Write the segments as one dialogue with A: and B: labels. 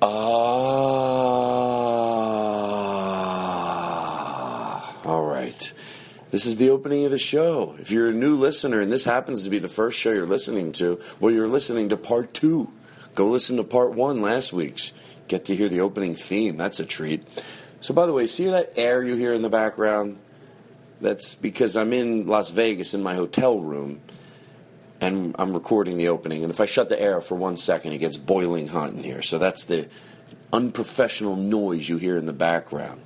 A: Uh, Ah, all right. This is the opening of the show. If you're a new listener and this happens to be the first show you're listening to, well, you're listening to part two. Go listen to part one last week's. Get to hear the opening theme. That's a treat. So, by the way, see that air you hear in the background? That's because I'm in Las Vegas in my hotel room and I'm recording the opening. And if I shut the air for one second, it gets boiling hot in here. So that's the unprofessional noise you hear in the background.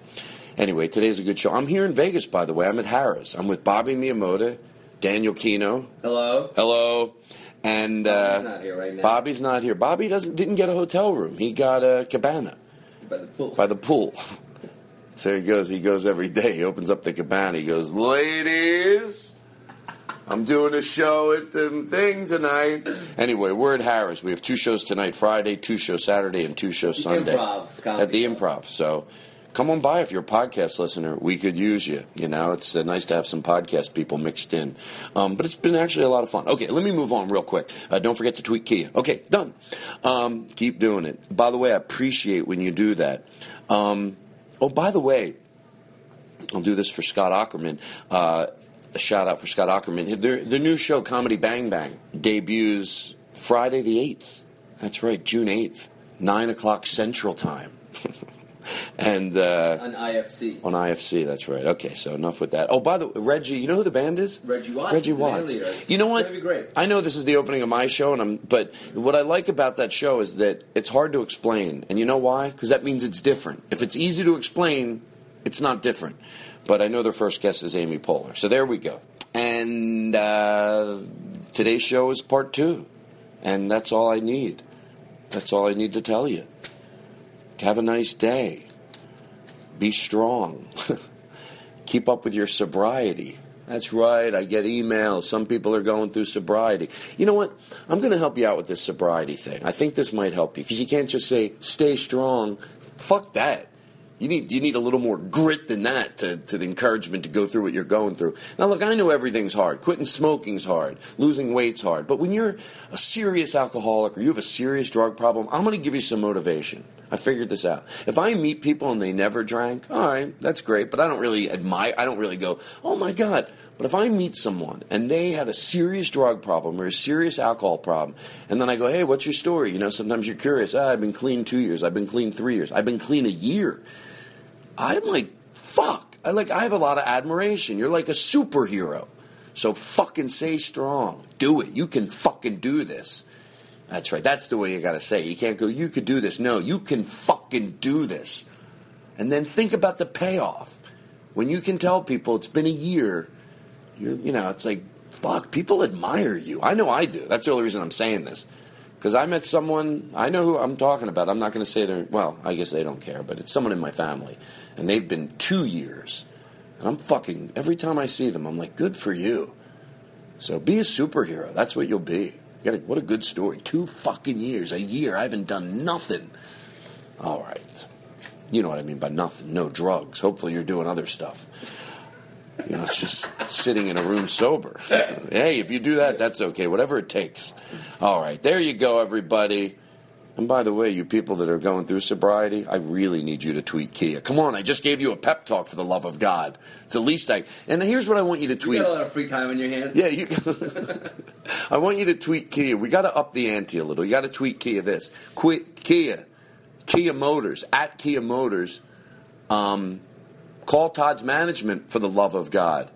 A: Anyway, today's a good show. I'm here in Vegas, by the way. I'm at Harris. I'm with Bobby Miyamoto, Daniel Kino.
B: Hello.
A: Hello. And uh,
B: Bobby's not here right now.
A: Bobby's not here. Bobby doesn't didn't get a hotel room. He got a cabana
B: By the pool.
A: by the pool. So there he goes. He goes every day. He opens up the cabana. He goes, Ladies, I'm doing a show at the thing tonight. Anyway, we're at Harris. We have two shows tonight Friday, two shows Saturday, and two shows Sunday.
B: Improv comedy
A: at the improv. So come on by if you're a podcast listener. We could use you. You know, it's uh, nice to have some podcast people mixed in. Um, but it's been actually a lot of fun. Okay, let me move on real quick. Uh, don't forget to tweet Kia. Okay, done. Um, keep doing it. By the way, I appreciate when you do that. Um, oh, by the way, I'll do this for Scott Ackerman. Uh, a shout out for Scott Ackerman. Their, their new show, Comedy Bang Bang, debuts Friday the 8th. That's right, June 8th, 9 o'clock Central Time. and uh,
B: on IFC.
A: on IFC, that's right. Okay, so enough with that. Oh, by the way, Reggie, you know who the band is?
B: Reggie Watts,
A: Reggie
B: the band
A: Watts.
B: leader. It's-
A: You know
B: it's
A: what?
B: gonna be great.
A: I know this is the opening of my show, and I'm. But what I like about that show is that it's hard to explain, and you know why? Because that means it's different. If it's easy to explain, it's not different. But I know their first guest is Amy Poehler, so there we go. And uh, today's show is part two, and that's all I need. That's all I need to tell you. Have a nice day. Be strong. Keep up with your sobriety. That's right. I get emails. Some people are going through sobriety. You know what? I'm going to help you out with this sobriety thing. I think this might help you because you can't just say stay strong. Fuck that. You need you need a little more grit than that to, to the encouragement to go through what you're going through. Now look, I know everything's hard. Quitting smoking's hard. Losing weight's hard. But when you're a serious alcoholic or you have a serious drug problem, I'm going to give you some motivation. I figured this out. If I meet people and they never drank, all right, that's great, but I don't really admire I don't really go, "Oh my god." But if I meet someone and they had a serious drug problem or a serious alcohol problem, and then I go, "Hey, what's your story?" You know, sometimes you're curious. Ah, I've been clean 2 years. I've been clean 3 years. I've been clean a year. I'm like, fuck. I like I have a lot of admiration. You're like a superhero. So fucking stay strong. Do it. You can fucking do this. That's right. That's the way you gotta say. it. You can't go, you could do this. No, you can fucking do this. And then think about the payoff. When you can tell people it's been a year, you're you know, it's like, fuck, people admire you. I know I do. That's the only reason I'm saying this. Because I met someone, I know who I'm talking about. I'm not going to say they're, well, I guess they don't care, but it's someone in my family. And they've been two years. And I'm fucking, every time I see them, I'm like, good for you. So be a superhero. That's what you'll be. You gotta, what a good story. Two fucking years, a year, I haven't done nothing. All right.
C: You know what I mean by nothing. No drugs. Hopefully you're doing other stuff. You're not just sitting in a room sober. Hey, if you do that, that's okay. Whatever it takes. All right, there you go, everybody. And by the way, you people that are going through sobriety, I really need you to tweet Kia. Come on, I just gave you a pep talk for the love of God. It's the least I. And here's what I want you to
D: You
C: tweet.
D: got a lot of free time on your hands.
C: Yeah, you. I want you to tweet Kia. We got to up the ante a little. You got to tweet Kia this. Quit Kia, Kia Motors at Kia Motors. Um, call Todd's management for the love of God.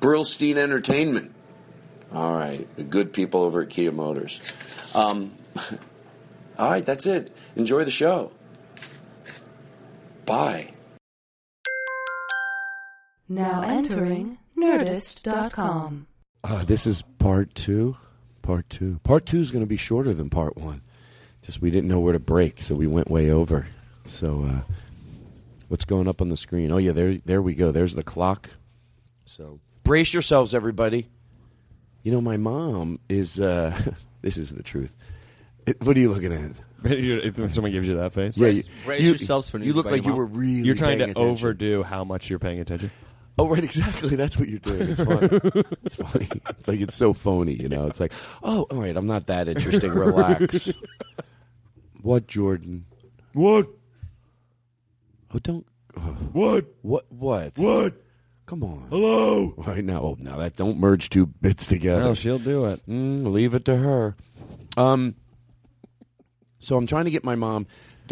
C: Brillstein Entertainment. All right, the good people over at Kia Motors. Um, all right, that's it. Enjoy the show. Bye.
E: Now entering Nerdist.com.
A: Uh, this is part two. Part two. Part two is going to be shorter than part one. Just we didn't know where to break, so we went way over. So, uh, what's going up on the screen? Oh yeah, there, there we go. There's the clock. So brace yourselves, everybody. You know, my mom is. Uh, this is the truth. It- what are you looking at?
F: If- when someone gives you that face,
A: Yeah, you,
B: brace yourselves for news
A: You look
B: about
A: like
B: your
A: you
B: mom.
A: were really.
F: you're trying to
A: paying attention.
F: overdo how much you're paying attention.
A: Oh, right, exactly. That's what you're doing. It's funny. it's funny. It's like it's so phony, you know. It's like, oh, all right, I'm not that interesting. Relax. what, Jordan?
F: What?
A: Oh, don't.
F: What?
A: What? What?
F: What?
A: Come on.
F: Hello?
A: Right now, oh, now that don't merge two bits together.
F: No, she'll do it.
A: Mm, leave it to her. Um. So I'm trying to get my mom.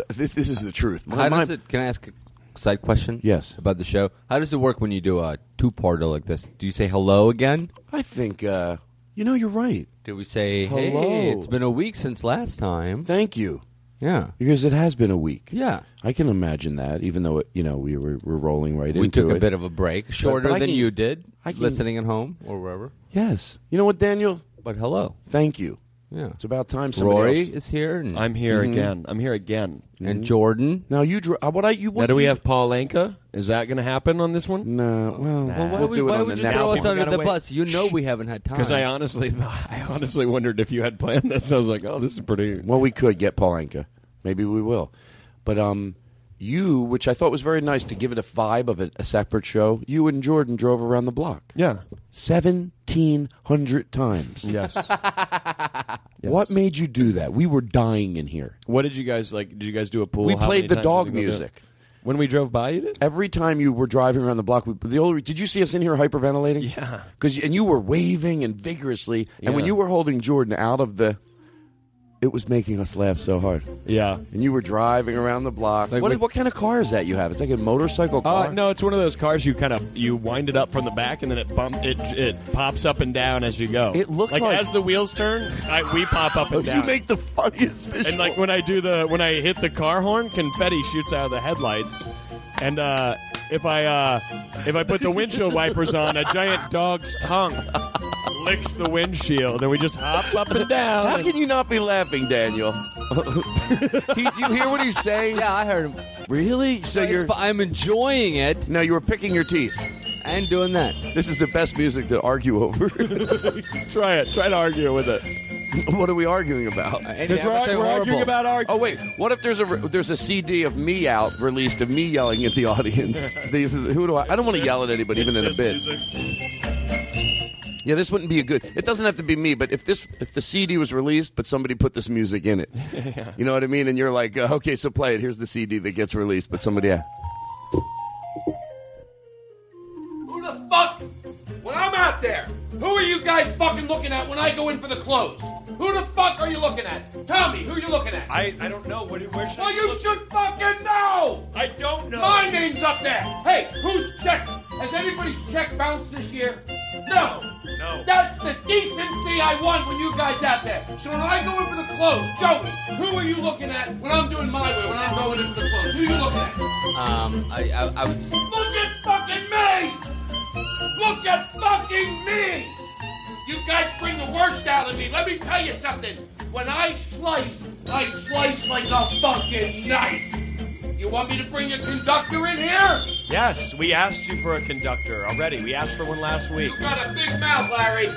A: This this is the truth. My,
B: How
A: my-
B: does it? Can I ask a side question?
A: Yes.
B: About the show, how does it work when you do a two-parter like this? Do you say hello again?
A: I think. Uh, you know, you're right.
B: Do we say
A: Hello.
B: hey? It's been a week since last time.
A: Thank you,
B: Yeah.
A: because it has been a week.
B: Yeah.
A: I can imagine that, even though it, you know we were, we're rolling right
B: we
A: into
B: took
A: it.
B: a bit of a break, shorter
A: but I
B: than
A: can-
B: you did,
A: I can-
B: listening at home or wherever.
A: yes. You know what, Daniel?
B: But hello.
A: Thank you.
B: Yeah.
A: It's about time somebody
B: Rory
A: else- Mm-hmm.
B: is here, and, Mm-hmm.
F: I'm here again. I'm here again.
B: and Jordan.
A: Now you dr- uh, what I you what
F: Now, do we
A: you-
F: have Paulanka? Is that going to happen on this one?
A: No.
F: Well,
A: Well, we'll
B: Why, would-
A: do it
B: why
A: on
B: would
A: the
B: you
A: next
B: throw
A: one.
B: us under the
F: wait.
B: bus? You know we haven't had time.
F: Because I honestly, I honestly wondered if you had planned this. I was like, oh, this is pretty.
A: Well, we could get Paul Anka. Maybe we will. But um, you, which I thought was very nice to give it a vibe of a, a separate show, you and Jordan drove around the block.
F: Yeah.
A: 1,700 times.
F: Yes.
A: What made you do that? We were dying in here.
F: What did you guys like? Did you guys do a pool?
A: We
F: How many
A: played the
F: times
A: dog
F: did you go do it?
A: music.
F: when we drove by. You did.
A: Every time you were driving around the block, we, the only did you see us in here hyperventilating?
F: Yeah.
A: Because and you were waving and vigorously, and when
F: Yeah.
A: you were holding Jordan out of the, it was making us laugh so hard.
F: Yeah.
A: And you were driving around the block.
B: Like
A: what,
B: we-
A: what kind of car is that you have? It's like a motorcycle car.
F: Uh, no, it's one of those cars you kind of you wind it up from the back and then it bump it it pops up and down as you go.
A: It looked like-
F: as the wheels turn, I, we pop up
A: Oh,
F: and down.
A: you make the funniest visual.
F: and like when I do the when I hit the car horn, confetti shoots out of the headlights. And uh, if I uh, if I put the windshield wipers on, a giant dog's tongue licks the windshield, and we just hop up and down.
A: how can you not be laughing, Daniel? he, you hear what he's saying?
B: Yeah, I heard him.
A: Really? So
B: It's
A: you're
B: fi- I'm enjoying it
A: no, you were picking your teeth.
B: and doing that.
A: This is the best music to argue over.
F: try it. Try to argue with it.
A: what are we arguing about?
B: Andy, I
F: we're,
B: would say
F: we're
B: horrible.
F: arguing about our.
A: Oh wait, what if there's a there's a CD of me out released of me yelling at the audience? These, who do I? I don't want to yell at anybody, even in a bit. Yeah, this wouldn't be a good. It doesn't have to be me, but if this if the CD was released, but somebody put this music in it, you know what I mean? And you're like, uh, okay, so play it. Here's the CD that gets released, but somebody. Yeah.
G: Who the fuck? When I'm out there, who are you guys fucking looking at when I go in for the clothes? Who the fuck are you looking at? Tell me who you're looking at.
F: I, I don't know. What, where should
G: well, you should fucking know.
F: I don't know.
G: My name's up there. Hey, who's check? Has anybody's check bounced this year? No.
F: No.
G: That's the decency I want when you guys out there. So when I go in for the clothes, Joey, who are you looking at when I'm doing my way? When I'm going in for the clothes, who you looking at?
B: Um, I, I, I would.
G: Look at fucking me! Look at fucking me! You guys bring the worst out of me. Let me tell you something. When I slice, I slice like a fucking knife. You You want me to bring a conductor in here?
F: Yes, we asked you for a conductor already. We asked for one last week.
G: You got a big mouth, Larry.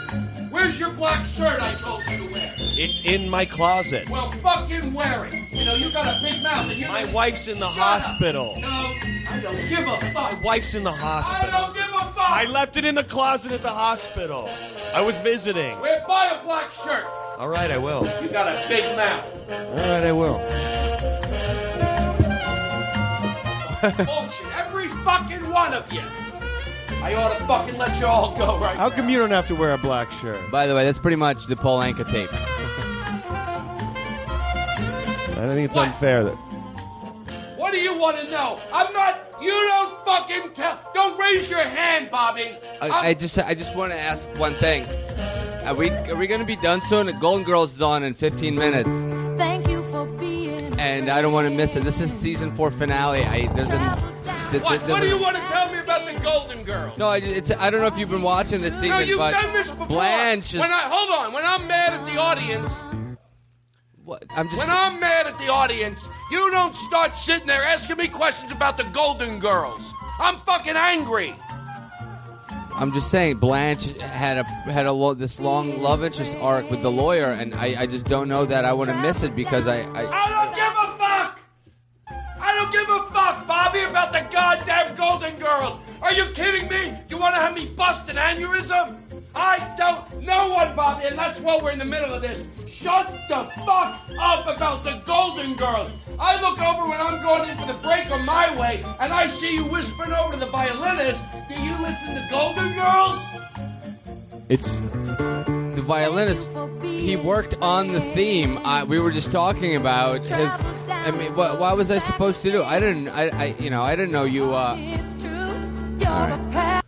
G: Where's your black shirt I told you to wear?
F: It's in my closet.
G: Well, fucking wear it. You know, you got a big mouth and you're
F: My
G: gonna-
F: wife's in the
G: Shut up.
F: hospital.
G: No, I don't give a fuck.
F: My wife's in the hospital.
G: I don't give a fuck.
F: I left it in the closet at the hospital. I was visiting.
G: Wear buy a black shirt.
F: All right, I will.
G: You got a big mouth.
F: All right, I will.
G: Bullshit. Every fucking one of you. I ought to fucking let you all go right
B: How
F: come you don't have to wear a black shirt?
B: By the way, that's pretty much the Paul Anka tape.
F: I don't think it's unfair that.
G: What do you want to know? I'm not. You don't fucking tell. Don't raise your hand, Bobby.
B: I, I just I just want to ask one thing. Are we are we going to be done soon? Golden Girls is on in 15 minutes,
H: Thank you for being.
B: and I don't want to miss it. This is season four finale. I there's a th-
G: What?
B: th-
G: What do
B: there's a-
G: you want to tell me about the Golden Girl?
B: No, I, it's, I don't know if you've been watching this season,
G: No, you've
B: but
G: done this before.
B: Blanche is.
G: When I hold on, when I'm mad at the audience,
B: I'm just
G: when I'm mad at the audience, you don't start sitting there asking me questions about the Golden Girls. I'm fucking angry.
B: I'm just saying, Blanche had a had a lo- this long love interest arc with the lawyer, and I, I just don't know that I want to miss it because I, I
G: I don't give a fuck. I don't give a fuck, Bobby, about the goddamn Golden Girls. Are you kidding me? You want to have me bust an aneurysm? I don't. No one, Bobby, and that's why we're in the middle of this. Shut the fuck up about the Golden Girls. I look over when I'm going into the break on my way, and I see you whispering over to the violinist. Do you listen to Golden Girls?
F: it's
B: the violinist. He worked on the theme. I, we were just talking about his. I mean, what, what was I supposed to do? I didn't. I, I you know I didn't know you. Uh, all right.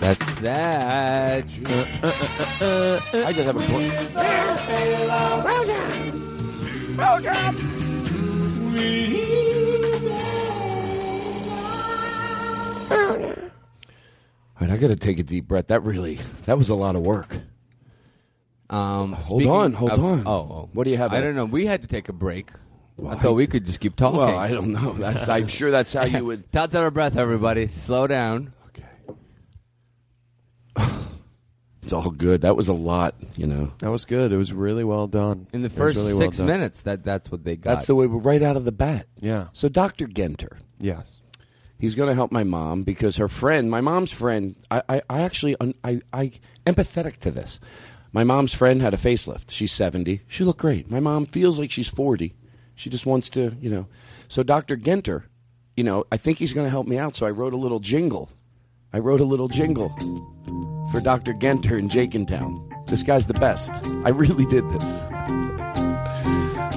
B: That's that.
A: I just have a point. All right, I got to take a deep breath. That really, that was a lot of work.
B: Um,
A: hold
B: speaking
A: on, hold
B: of-
A: on.
B: Oh, oh,
A: what do you have?
B: I
A: in it?
B: don't know. We had to take a break. I thought we could just keep talking.
A: Well, I don't know. That's- I'm sure that's how you would-
B: Todd's out of breath. Everybody, slow down.
A: It's all good. That was a lot, you know.
F: That was good. It was really well done.
B: In the
F: It was
B: first
F: really well
B: six
F: done.
B: minutes, that that's what they got.
A: That's the way we're right out of the bat.
F: Yeah.
A: So Dr. Genter.
F: Yes.
A: He's going to help my mom because her friend, my mom's friend, I, I, I actually, I, I empathetic to this. My mom's friend had a facelift. She's 70. She looked great. My mom feels like she's 40. She just wants to, you know. So Dr. Genter, you know, I think he's going to help me out. So I wrote a little jingle. I wrote a little jingle for Dr. Genter in Jakintown. This guy's the best. I really did this.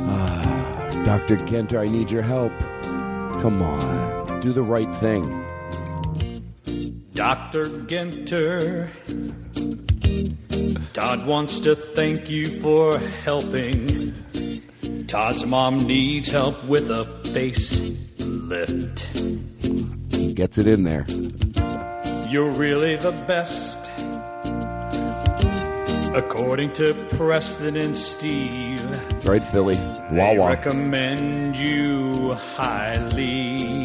A: Ah, Dr. Genter, I need your help. Come on. Do the right thing.
E: Dr. Ginter, Todd wants to thank you for helping. Todd's mom needs help with a facelift.
A: He gets it in there.
E: You're really the best. According to Preston and Steve,
A: That's right, Philly.
E: They
A: Wawa.
E: recommend you highly.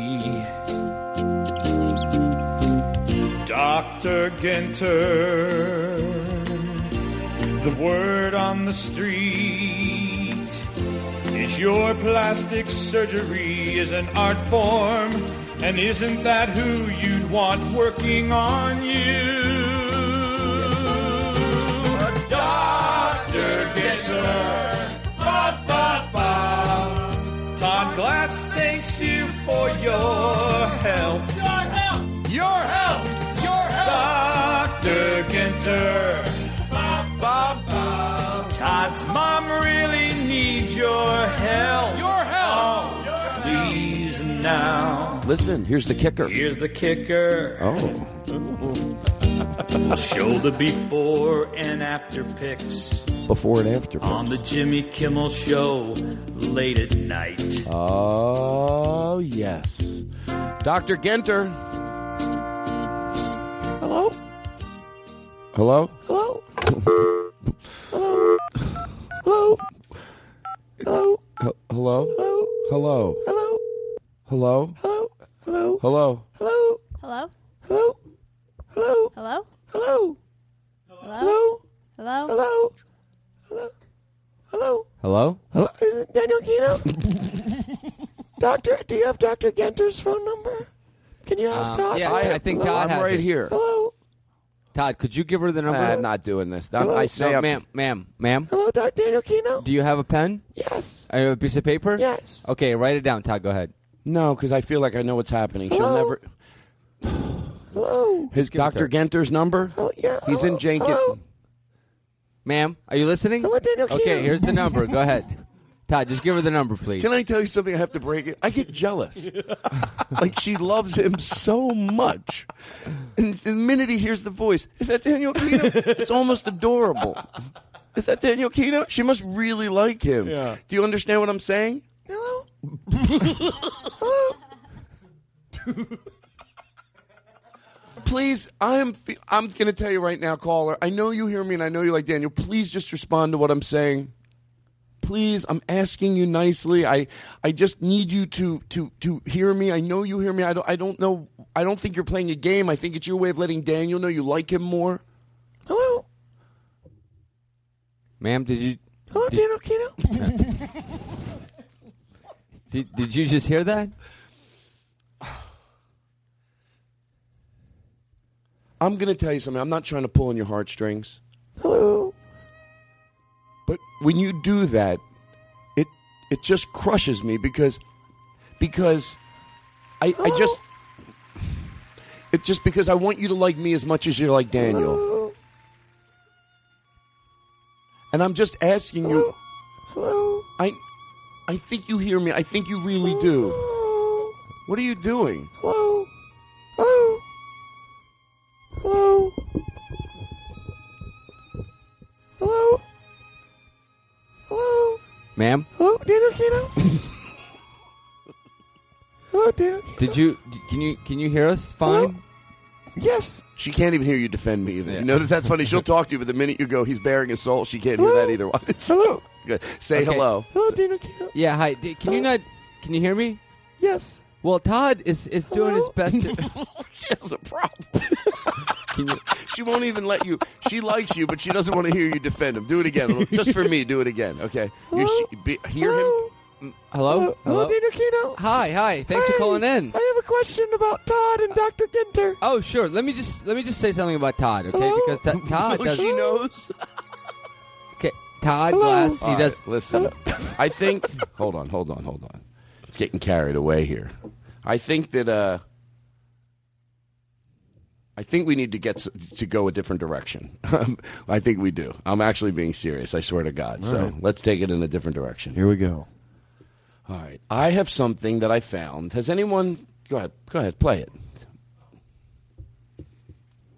E: Dr. Ginter, the word on the street is your plastic surgery is an art form, and isn't that who you'd want working on you? Dr. Ginter. Ba, ba, ba. Todd Glass thanks you for your help.
G: Your help. Your help. Your help.
E: Dr. Ginter. Ba, ba, ba. Todd's mom really needs your help.
G: Your help.
E: Please now.
A: Listen, here's the kicker.
E: Here's the kicker.
A: Oh.
E: We'll show the before and after pics
A: Before and after.
B: Um.
E: on the Jimmy Kimmel Show late at night.
A: Uh, Oh, yes. Dr. Genter. Hello? Hello? Hello? Hello? Hello? Hello? Hello? Hello? Hello. Hello. Hello. Hello. Hello. Hello.
I: Hello. Hello.
A: Hello.
I: Hello. Hello. Hello. Hello. Hello. Hello.
J: Hello,
B: Hello? Hello?
J: is it Daniel Kino? Doctor, do you have Dr. Genter's phone number? Can you ask Todd?
B: Um, yeah, I think
J: Hello?
B: Todd has it.
J: Hello,
B: Todd, could you give her the number?
J: Uh,
B: not doing this.
J: I'm- I say
B: no,
J: I'm-
B: ma'am, ma'am, ma'am.
J: hello, Dr. Daniel Kino?
B: Do you have a pen?
J: Yes.
B: I have a piece of paper.
J: Yes.
B: Okay, write it down, Todd. Go ahead.
A: No, because I feel like I know what's happening. She'll
B: Hello?
A: never.
J: Hello.
A: His
B: Give it to
A: Dr.
B: her. Oh,
A: Genter's number?
J: yeah.
A: He's in Jenkins.
B: Ma'am, are you listening?
A: Daniel
B: okay,
A: Keaton.
B: here's the number. Go ahead. Todd, just give her the number, please.
A: Can I tell you something? I have to break it. I get jealous. like she loves him so much, and the minute he hears the voice, is that Daniel Kino? it's almost adorable. Is that Daniel Kino? She must really like him.
J: Yeah.
A: Do you understand what I'm saying? Please, I am. Fe- I'm going to tell you right now, caller. I know you hear me, and I know you like Daniel. Please just respond to what I'm saying. Please, I'm asking you nicely. I, I just need you to to to hear me. I know you hear me. I don't. I don't know. I don't think you're playing a game. I think it's your way of letting Daniel know you like him more. Hello,
B: Ma'am, did you
J: Hello,
B: did,
J: Daniel Kino?
B: did, did you just hear that?
A: I'm going to tell you something. I'm not trying to pull on your heartstrings. Hello. But when you do that, it it just crushes me because because I I just it's just because I want you to like me as much as you like Daniel. And I'm just asking you Hello. I I think you hear me. I think you really do. What are you doing? Hello. Hello. Hello. Hello.
J: Hello.
B: Ma'am,
J: Hello, Daniel Kino? Hello, Daniel Kino?
B: did you can you can you hear us? Fine.
A: Yes. She can't even hear you defend me either. You notice that's funny. She'll talk to you, but the minute you go, he's bearing his soul. She can't hear that either. One. hello. Say
B: Okay.
A: hello.
J: Hello, Daniel Kino?
B: Yeah, hi. D- Can you not can you hear me?
J: Yes.
B: Well, Todd is is doing his best to
A: she has a problem. she won't even let you. She likes you, but she doesn't want to hear you defend him. Do it again, just for me. Do it again, okay? You sh- be, hear him. Mm.
B: Hello?
J: Hello, Daniel Kino?
B: Hi, hi. Thanks for calling in.
J: I have a question about Todd and Dr. Ginter.
B: Oh, sure. Let me just let me just say something about Todd, okay?
J: Hello?
B: Because t- Todd does
A: she knows.
B: Okay, Todd
A: Hello?
B: Glass.
A: All
B: He
A: right,
B: does.
A: listen, I think. Hold on, hold on, hold on. It's getting carried away here. I think that. uh I think we need to get s- to go a different direction. I think we do. I'm actually being serious. I swear to God.
J: All
A: so
J: right.
A: let's take it in a different direction.
J: Here we go.
A: All right. I have something that I found. Has anyone? Go ahead. Go ahead. Play it.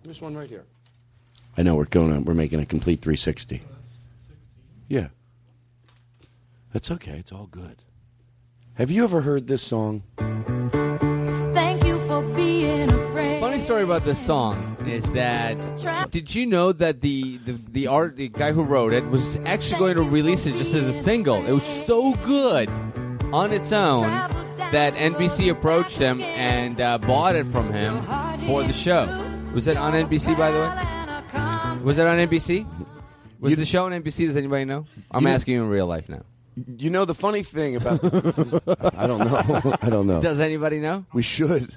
A: This one right here. I know we're going. On, we're making a complete 360. Yeah. That's okay. It's all good. Have you ever heard this song?
K: Thank you for being a friend.
B: Funny story about this song is that did you know that the the, the art the guy who wrote it was actually going to release it just as a single? It was so good on its own that NBC approached him and uh, bought it from him for the show. Was that on NBC by the way? Was that on NBC? Was the show on NBC? Does anybody know? I'm
A: You-
B: asking you in real life now.
A: You know the funny thing about. I don't know. I don't know.
B: Does anybody know?
A: We should.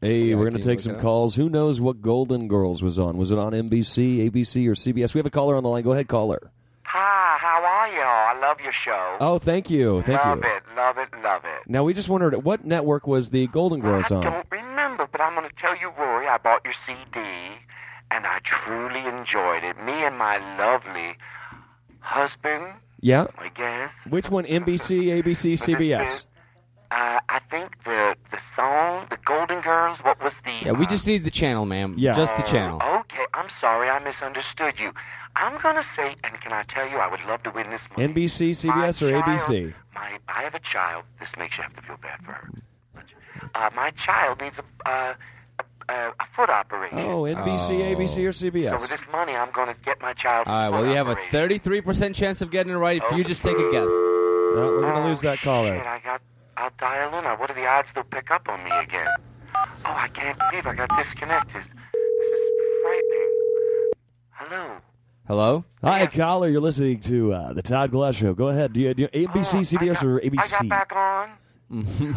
L: Hey, we're going
B: can you
L: to take
B: look it
L: some
B: up?
L: calls. Who knows what Golden Girls was on? Was it on NBC, ABC, or CBS? We have a caller on the line. Go ahead, caller.
M: Hi, how are y'all? I love your show.
L: Oh, thank you. Thank
M: love
L: you.
M: it, love it, love it.
L: Now, we just wondered what network was the Golden Girls
M: I
L: on?
M: don't remember, but I'm going to tell you, Rory, I bought your CD and I truly enjoyed it. Me and my lovely husband,
L: Yeah?
M: I guess.
L: Which one? NBC, ABC, CBS?
M: Uh, I think the the song, The Golden Girls, what was the.
B: Yeah, we
M: uh,
B: just need the channel, ma'am.
L: Yeah.
B: Just the
M: Oh,
B: channel.
M: Okay, I'm sorry, I misunderstood you. I'm going to say, and can I tell you, I would love to win this money.
L: NBC, CBS, or
M: child-
L: ABC?
M: My, I have a child. This makes you have to feel bad for her. Uh, my child needs a, uh, a, a, a foot operation.
L: Oh, NBC,
B: Oh.
L: ABC, or
M: So
L: CBS?
M: with this money, I'm going to get my child.
B: All right. Well, you have a 33% chance of getting it right if you just take a guess.
M: Oh,
L: No, we're going to lose that caller.
M: Shit, I got I'll dial in. What are the odds they'll pick up on me again? Oh, I can't believe I got disconnected. This is frightening. Hello.
B: Hello?
L: Hi, caller. You're listening to uh, the Todd Glass Show. Go ahead. Do you, do you ABC, CBS, or
M: I got
L: ABC?
M: back on.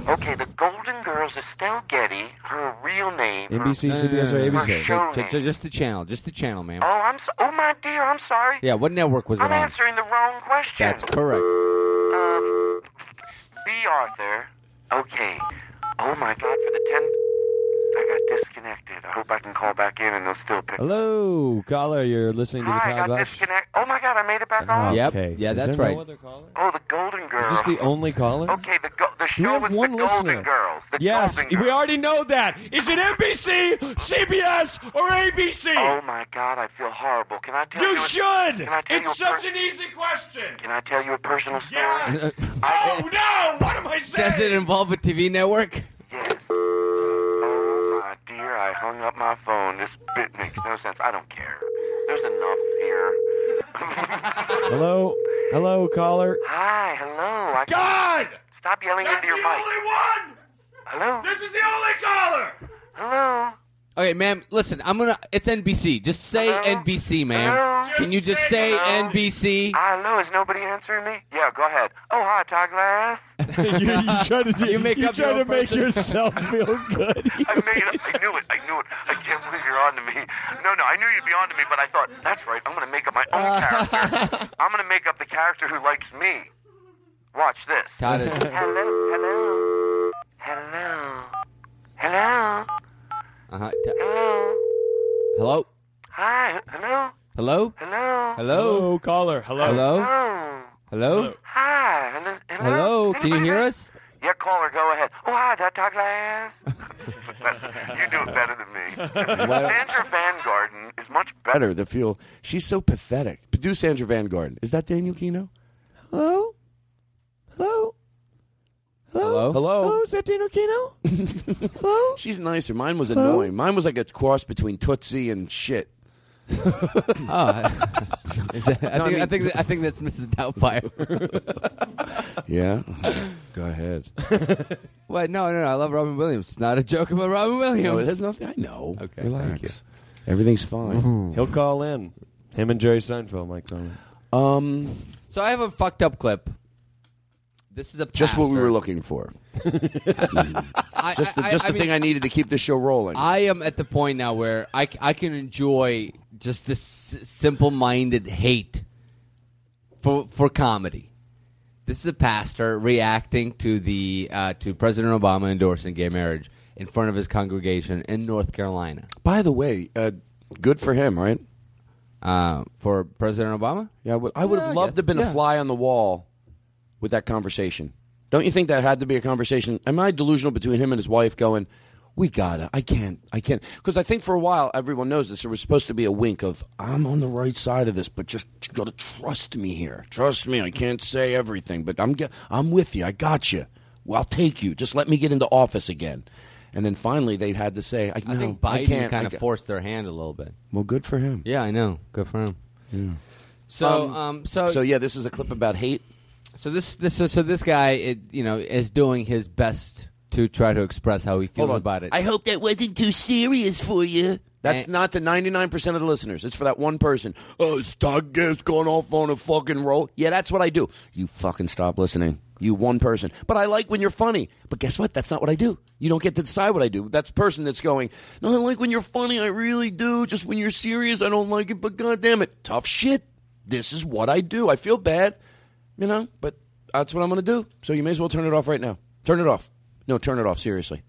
M: okay, the Golden Girls, Estelle Getty, her real name. her-
L: NBC,
M: her,
L: CBS,
B: Mm.
L: or ABC?
M: show
B: Ju- ju-
M: name.
B: Just the channel. Just the channel, ma'am.
M: Oh, I'm so- oh my dear, I'm sorry.
B: Yeah, what network was
M: I'm
B: it on?
M: answering the wrong question.
B: That's correct.
M: Um, B. Arthur. Okay. Oh my God, for the tenth, I got disconnected. I hope I can call back in and they'll still pick.
L: Hello, caller. You're listening to the
M: Hi, I
L: Todd
M: got
L: Glass Show.
M: disconnected. Oh my God, I made it back on.
B: Yep.
L: Okay.
B: Yeah,
L: Is
B: that's
L: there no
B: right.
L: other-
M: Oh, the Golden Girls.
L: Is this the only caller?
M: Okay, the go- the
L: we
M: show
L: have
M: was
L: one
M: the
L: listener.
M: Golden Girls. The
L: Yes,
M: Golden Girls.
L: we
F: already know that. Is it NBC, CBS, or ABC?
M: Oh my God, I feel horrible. Can I tell you?
F: You
M: a-
F: should.
M: Can I tell you a
F: It's such
M: per-
F: an easy question.
M: Can I tell you a personal story?
F: Yes.
M: I-
F: Oh no! What am I saying?
B: Does it involve a TV network?
M: Oh my dear, I hung up my phone. This bit makes no sense. I don't care. There's enough here.
L: Hello, hello, caller.
M: Hi, hello. I
F: God!
M: Stop yelling into your mic. Hello?
F: This is the only caller!
M: Hello?
B: Okay, ma'am, listen, I'm gonna. It's NBC. Just say NBC, ma'am.
M: Hello?
B: Can you just say
M: Hello?
B: NBC?
M: Hello, is nobody answering me? Yeah, go ahead. Oh, hi, Todd Glass.
L: you, you try to, do,
M: You make
L: you
M: up
L: try
M: your
L: to
M: own
L: make
M: person.
L: yourself feel good.
M: I made it. I knew it. I knew it. I can't believe you're on to me. No, no, I knew you'd be on to me, but I thought, that's right. I'm going to make up my own character. I'm going to make up the character who likes me. Watch this.
B: Todd is-
M: Hello, hello, hello, hello,
B: Uh-huh. T-
M: hello.
B: Hello?
M: Hi, hello,
B: Hello?
M: hello,
B: Hello?
F: caller. Hello.
B: Hello?
M: hello.
B: Hello?
M: Hmm. Hi, hello. hello.
B: Hello? Can you hear us?
M: Yeah, caller, go ahead. Oh, hi, that talk glass. That's- you do it better than me.
A: Well-
M: Sandra Van Garden is much
A: Better the feel. She's so pathetic. Do Sandra Van Garden. Is that Daniel Kino?
J: Hello? Hello?
A: Hello.
B: Oh.
J: Hello? Is that Dino Kino?
A: Hello. She's nicer. Mine was
J: Hello?
A: annoying. Mine was like a cross between Tootsie and shit.
B: Ah. Is that, I,
A: No, I
B: think, I,
A: mean-
B: think that- I think that's Mrs. Doubtfire.
A: Yeah. Go ahead.
B: Wait, no, no, no. I love Robin Williams. It's not a joke about Robin Williams.
A: No, it has nothing. I know.
B: Okay,
A: Relax.
B: thank you.
A: Everything's fine.
L: He'll call in. Him and Jerry Seinfeld might call in.
A: Um,
B: So I have a fucked up clip. This is a
A: just what we
B: pastor.
A: were looking for. just the,
B: I-
A: just
B: I
A: the thing
B: mean-
A: I needed to keep the show rolling.
B: I am at the point now where I, c- I can enjoy just this simple minded hate for for comedy. This is a pastor reacting to the uh, to President Obama endorsing gay marriage in front of his congregation in North Carolina.
A: By the way, uh, good for him, right?
B: Uh, for President Obama?
A: Yeah, I would, I would
B: Yeah, I
A: have loved to
B: guess.
A: have been
B: Yeah.
A: a fly on the wall with that conversation. Don't you think that had to be a conversation? Am I delusional between him and his wife going, we gotta, I can't, I can't. Because I think for a while, everyone knows this, there was supposed to be a wink of, I'm on the right side of this, but just, you gotta trust me here. Trust me, I can't say everything, but I'm, ge- I'm with you, I got you. Well, I'll take you. Just let me get into office again. And then finally, they had to say, I,
B: I
A: no,
B: think
A: I
B: Biden
A: can't.
B: kind
A: I
B: of
A: ca-
B: forced their hand a little bit.
A: well, good for him.
B: Yeah, I know. Good for him. So, um, so-
A: so yeah, this is a clip about hate.
B: So this this so, so this guy it, you know is doing his best to try to express how he feels
A: Hold on.
B: about it.
A: I hope that wasn't too serious for you. That's
B: And-
A: not to 99% of the listeners. It's for that one person. Oh, is Todd Gass going off on a fucking roll? Yeah, that's what I do. You fucking stop listening. You one person. But I like when you're funny. But guess what? That's not what I do. You don't get to decide what I do. That's person that's going, no, I like when you're funny. I really do. Just when you're serious, I don't like it. But God damn it. Tough shit. This is what I do. I feel bad, you know, but that's what I'm going to do. So you may as well turn it off right now. Turn it off. No, turn it off. Seriously.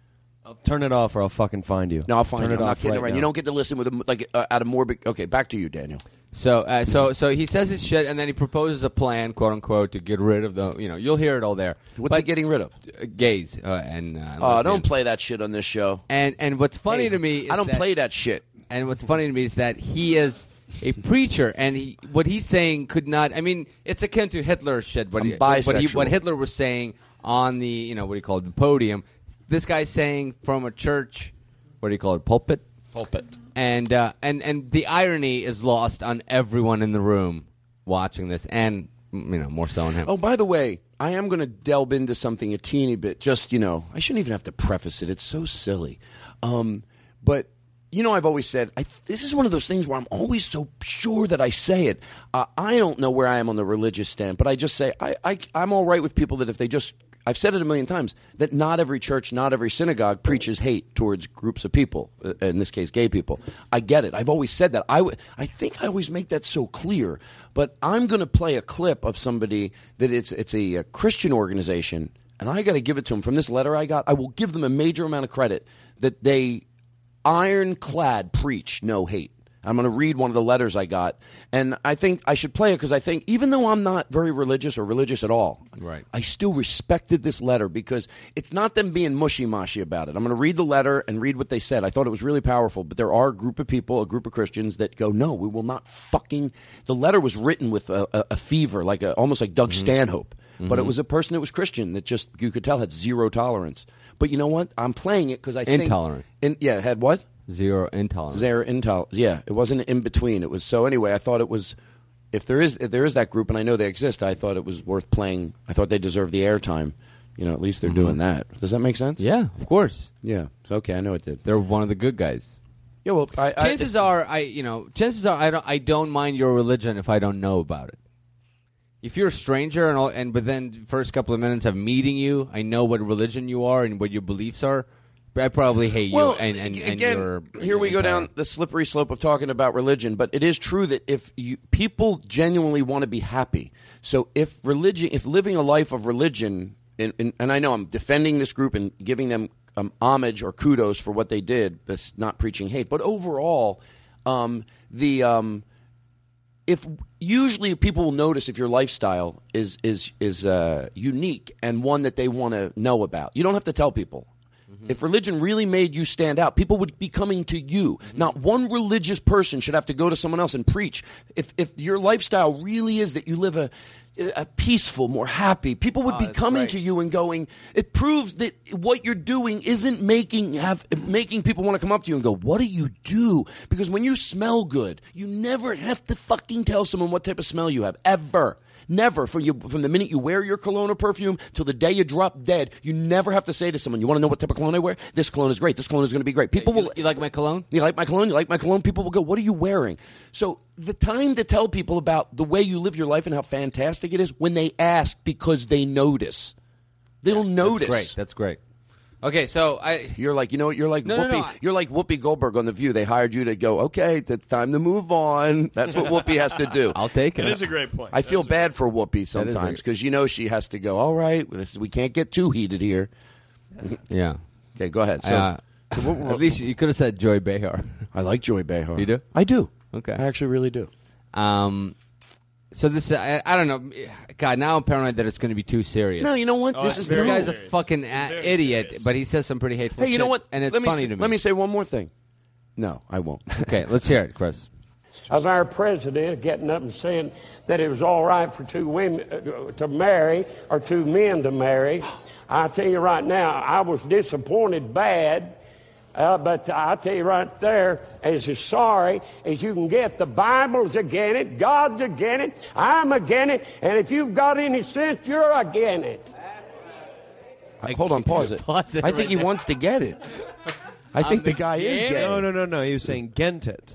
L: Turn it off, or I'll fucking find you.
A: No, I'll find
L: Turn
A: you.
L: It
A: I'm not
L: off
A: kidding
L: right
A: around. You
L: now.
A: don't get to listen with a, like uh, out of morbid. Okay, back to you, Daniel.
B: So uh, so so he says his shit and then he proposes a plan, quote unquote, to get rid of the you know you'll hear it all there.
A: What's he getting rid of?
B: Gays uh, and uh,
A: Oh, don't
B: lesbians.
A: play that shit on this show.
B: And and what's funny
A: Hey,
B: to me, is
A: I don't play that shit.
B: And what's funny to me is that he is a preacher, and he what he's saying could not. I mean, it's akin to Hitler shit. What
A: I'm
B: he, what, he,
A: bisexual.
B: what Hitler was saying on the you know what he called the podium. This guy's saying from a church. What do you call it? Pulpit.
N: Pulpit.
B: And uh, and and the irony is lost on everyone in the room watching this, and you know more so on him.
A: Oh, by the way, I am going to delve into something a teeny bit. Just you know, I shouldn't even have to preface it. It's so silly, um, but you know, I've always said I, this is one of those things where I'm always so sure that I say it. Uh, I don't know where I am on the religious stand, but I just say I, I I'm all right with people that if they just I've said it a million times that not every church, not every synagogue preaches hate towards groups of people, uh, in this case, gay people. I get it. I've always said that. I, w- I think I always make that so clear. But I'm going to play a clip of somebody that it's, it's a, uh Christian organization, and I got to give it to them. From this letter I got, I will give them a major amount of credit that they ironclad preach no hate. I'm going to read one of the letters I got, and I think I should play it because I think even though I'm not very religious or religious at all,
B: Right.
A: I still respected this letter because it's not them being mushy moshy about it. I'm going to read the letter and read what they said. I thought it was really powerful, but there are a group of people, a group of Christians that go, no, we will not fucking. The letter was written with a, a, a fever, like a, almost like Doug Stanhope, but it
B: Mhm.
A: was a person that was Christian that just you could tell had zero tolerance. But you know what? I'm playing it because I think
B: Intolerant.
A: In, yeah, had what?
B: Zero intolerance.
A: Zero intolerance. Yeah, it wasn't in between. It was so anyway. I thought it was if there is if there is that group, and I know they exist. I thought it was worth playing. I thought they deserved the airtime. You know, at least they're doing that. Does that make sense?
B: Mm-hmm. Yeah, of course.
A: Yeah. So, okay, I know it did.
B: They're one of the good guys.
A: Yeah. Well, I, I-
B: chances are, I you know, chances are, I don't, I don't mind your religion if I don't know about it. If you're a stranger and all, and but then first couple of minutes of meeting you, I know what religion you are and what your beliefs are. but I probably hate
A: Well,
B: you and, and, and
A: again,
B: your
A: here we go down the slippery slope of talking about religion, but it is true that if you, people genuinely want to be happy, so if religion, if living a life of religion, and, and, and I know I'm defending this group and giving them um, homage or kudos for what they did, that's not preaching hate, but overall, um, the um, if usually people will notice if your lifestyle is is is uh, unique and one that they want to know about. You don't have to tell people. Mm-hmm. If religion really made you stand out, people would be coming to you.
B: Mm-hmm.
A: Not one religious person should have to go to someone else and preach. If if your lifestyle really is that you live a a peaceful, more happy, people would
B: Ah,
A: be
B: that's
A: coming
B: right.
A: to you and going. It proves that what you're doing isn't making have making people want to come up to you and go, "What do you do?" Because when you smell good, you never have to fucking tell someone what type of smell you have ever. Never from you from the minute you wear your cologne or perfume till the day you drop dead, you never have to say to someone, "You want to know what type of cologne I wear? This cologne is great. This cologne is going to be great." People will
B: You like my cologne?
A: you like my cologne? You like my cologne? People will go, What are you wearing? So the time to tell people about the way you live your life and how fantastic it is when they ask because they notice. They'll notice.
B: great. That's great. Okay, so I
A: You're like, you know what? You're like
B: No, no,
A: Whoopi.
B: no, I-
A: You're like Whoopi Goldberg on The View. They hired you to go, okay, it's time to move on. That's what Whoopi has to do. I'll
B: take
F: That it. is a great point.
A: I feel bad for Whoopi
B: That is a-
A: sometimes because you know she has to go. All right, this we can't get too heated here.
B: Yeah.
A: Okay, go ahead. So,
B: Uh,
A: so what- what-
B: at least you could have said Joy Behar.
A: I like Joy Behar.
B: You do?
A: I do.
B: Okay.
A: I actually really do.
B: Um, so this I, I don't know. God, now I'm paranoid that it's going to be too serious.
A: No, you know what? Oh, This
B: this
A: it's is
B: this
A: very
B: guy's a
A: serious.
B: fucking a- idiot, but he says some pretty hateful.
A: Hey, you know
B: shit,
A: what?
B: And it's
A: let me
B: funny
A: say,
B: to me.
A: Let me say one more thing. No, I won't.
B: okay, let's hear it, Chris.
N: of our president getting up and saying that it was all right for two women uh, to marry or two men to marry. I tell you right now, I was disappointed bad. Uh, but I tell you right there, as as sorry as you can get, the Bible's against it, God's against it, I'm against it, and if you've got any sense, you're against it.
A: I- hold on, pause it.
B: Pause it
A: I think
B: right
A: he
B: there.
A: wants to get it. I think the guy is getting
L: No,
A: it.
L: no, no, no. He was saying gent it.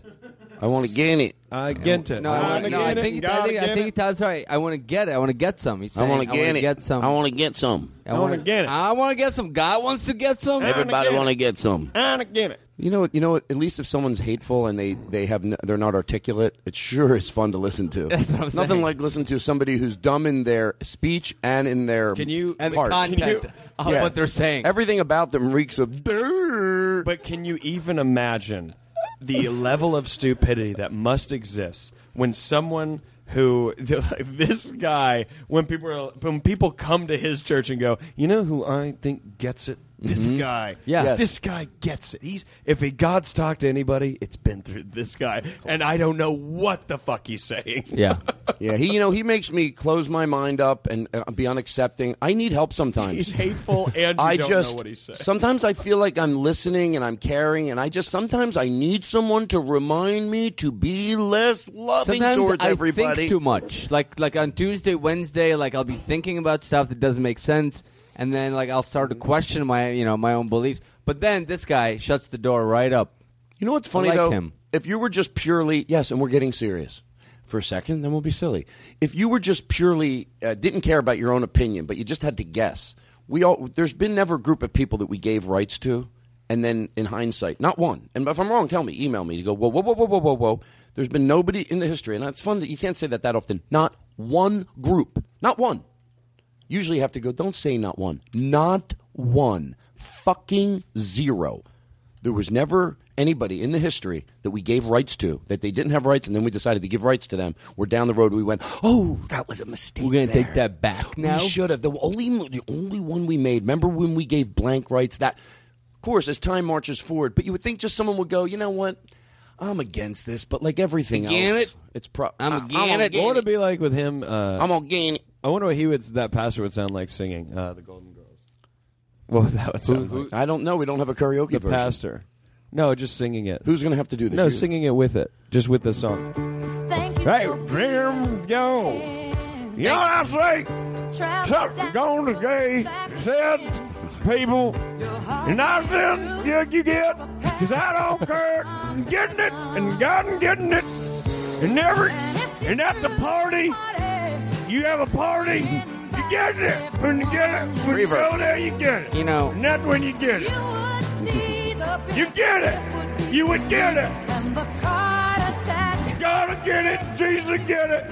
A: I want to get it.
L: Uh, gent it.
B: No, I, wanna- no, I think I think, I think Todd's right. I want to get it. I want to get some. He's
A: I
B: saying,
A: want to
B: I
A: get
B: wanna
A: it.
B: Get some.
A: I want to get some.
B: I wanna- I want to get some. God wants to get some.
A: Everybody want to get some.
F: And again, it.
A: You know, what- you know. what? At least if someone's hateful and they they have n- they're not articulate, it sure is fun to listen to.
B: That's what I'm
A: Nothing
B: saying.
A: like listening to somebody who's dumb in their speech and in their
F: Can you-
B: and the
A: heart.
B: content of
A: Yeah.
B: what Oh, they're saying.
A: Everything about them reeks of. But
L: can you even imagine the level of stupidity that must exist when someone who like, this guy when people are, when people come to his church and go, you know who I think gets it. This
A: Mm-hmm.
F: Mhm.
L: guy,
F: Yeah. Yes.
L: this guy gets it. He's if a God's talked to anybody, it's been through this guy, and I don't know what the fuck he's saying.
B: Yeah.
A: Yeah, he you know he makes me close my mind up and uh, be unaccepting. I need help sometimes.
F: He's hateful and you
A: I
F: don't
A: just
F: know what he's saying.
A: sometimes I feel like I'm listening and I'm caring, and I just sometimes I need someone to remind me to be less loving
B: Sometimes
A: towards
B: I
A: everybody.
B: think too much. Like like on Tuesday, Wednesday, like I'll be thinking about stuff that doesn't make sense, and then like I'll start to question my you know my own beliefs. But then this guy shuts the door right up.
A: You know what's funny
B: like
A: though?
B: Him.
A: If you were just purely yes, and we're getting serious for a second, then we'll be silly. If you were just purely uh, didn't care about your own opinion, but you just had to guess, we all there's been never a group of people that we gave rights to, and then in hindsight, not one. And if I'm wrong, tell me, email me to go whoa whoa whoa whoa whoa whoa whoa. There's been nobody in the history, and it's fun that you can't say that that often. Not one group, not one. Usually you have to go, don't say not one. Not one. Fucking zero. There was never anybody in the history that we gave rights to, that they didn't have rights, and then we decided to give rights to them. We're down the road, we went, oh, that was a mistake. We're
B: gonna
A: there.
B: take that back now?
A: We should have. The only, the only one we made, remember when we gave blank rights? That, of course, as time marches forward, but you would think just someone would go, you know what? I'm against this, but like everything
B: Again
A: else,
B: it?
A: it's pro-
B: I'm
A: I-
B: again it.
F: What would it be like with him? Uh,
A: I'm gonna gain it.
F: I wonder what he would that pastor would sound like singing uh, the Golden Girls. What would that would sound like?
A: I don't know. We don't have a karaoke
F: The
A: version.
F: pastor. No, just singing it.
A: Who's going to have to do this?
F: No,
A: You.
F: singing it with it, just with the song.
J: Hey, Jim, yo. You know what I say? Something's going to gay said, people. And I then you, you get, because I don't care. I'm getting it, and God I'm getting it. And never, and at the party, you have a party, you get it. When you get it, when you
B: Reverb.
J: go there, you get it.
B: You know,
J: And that's when you get it. You get it. You would get it. You gotta get it. Jesus get it.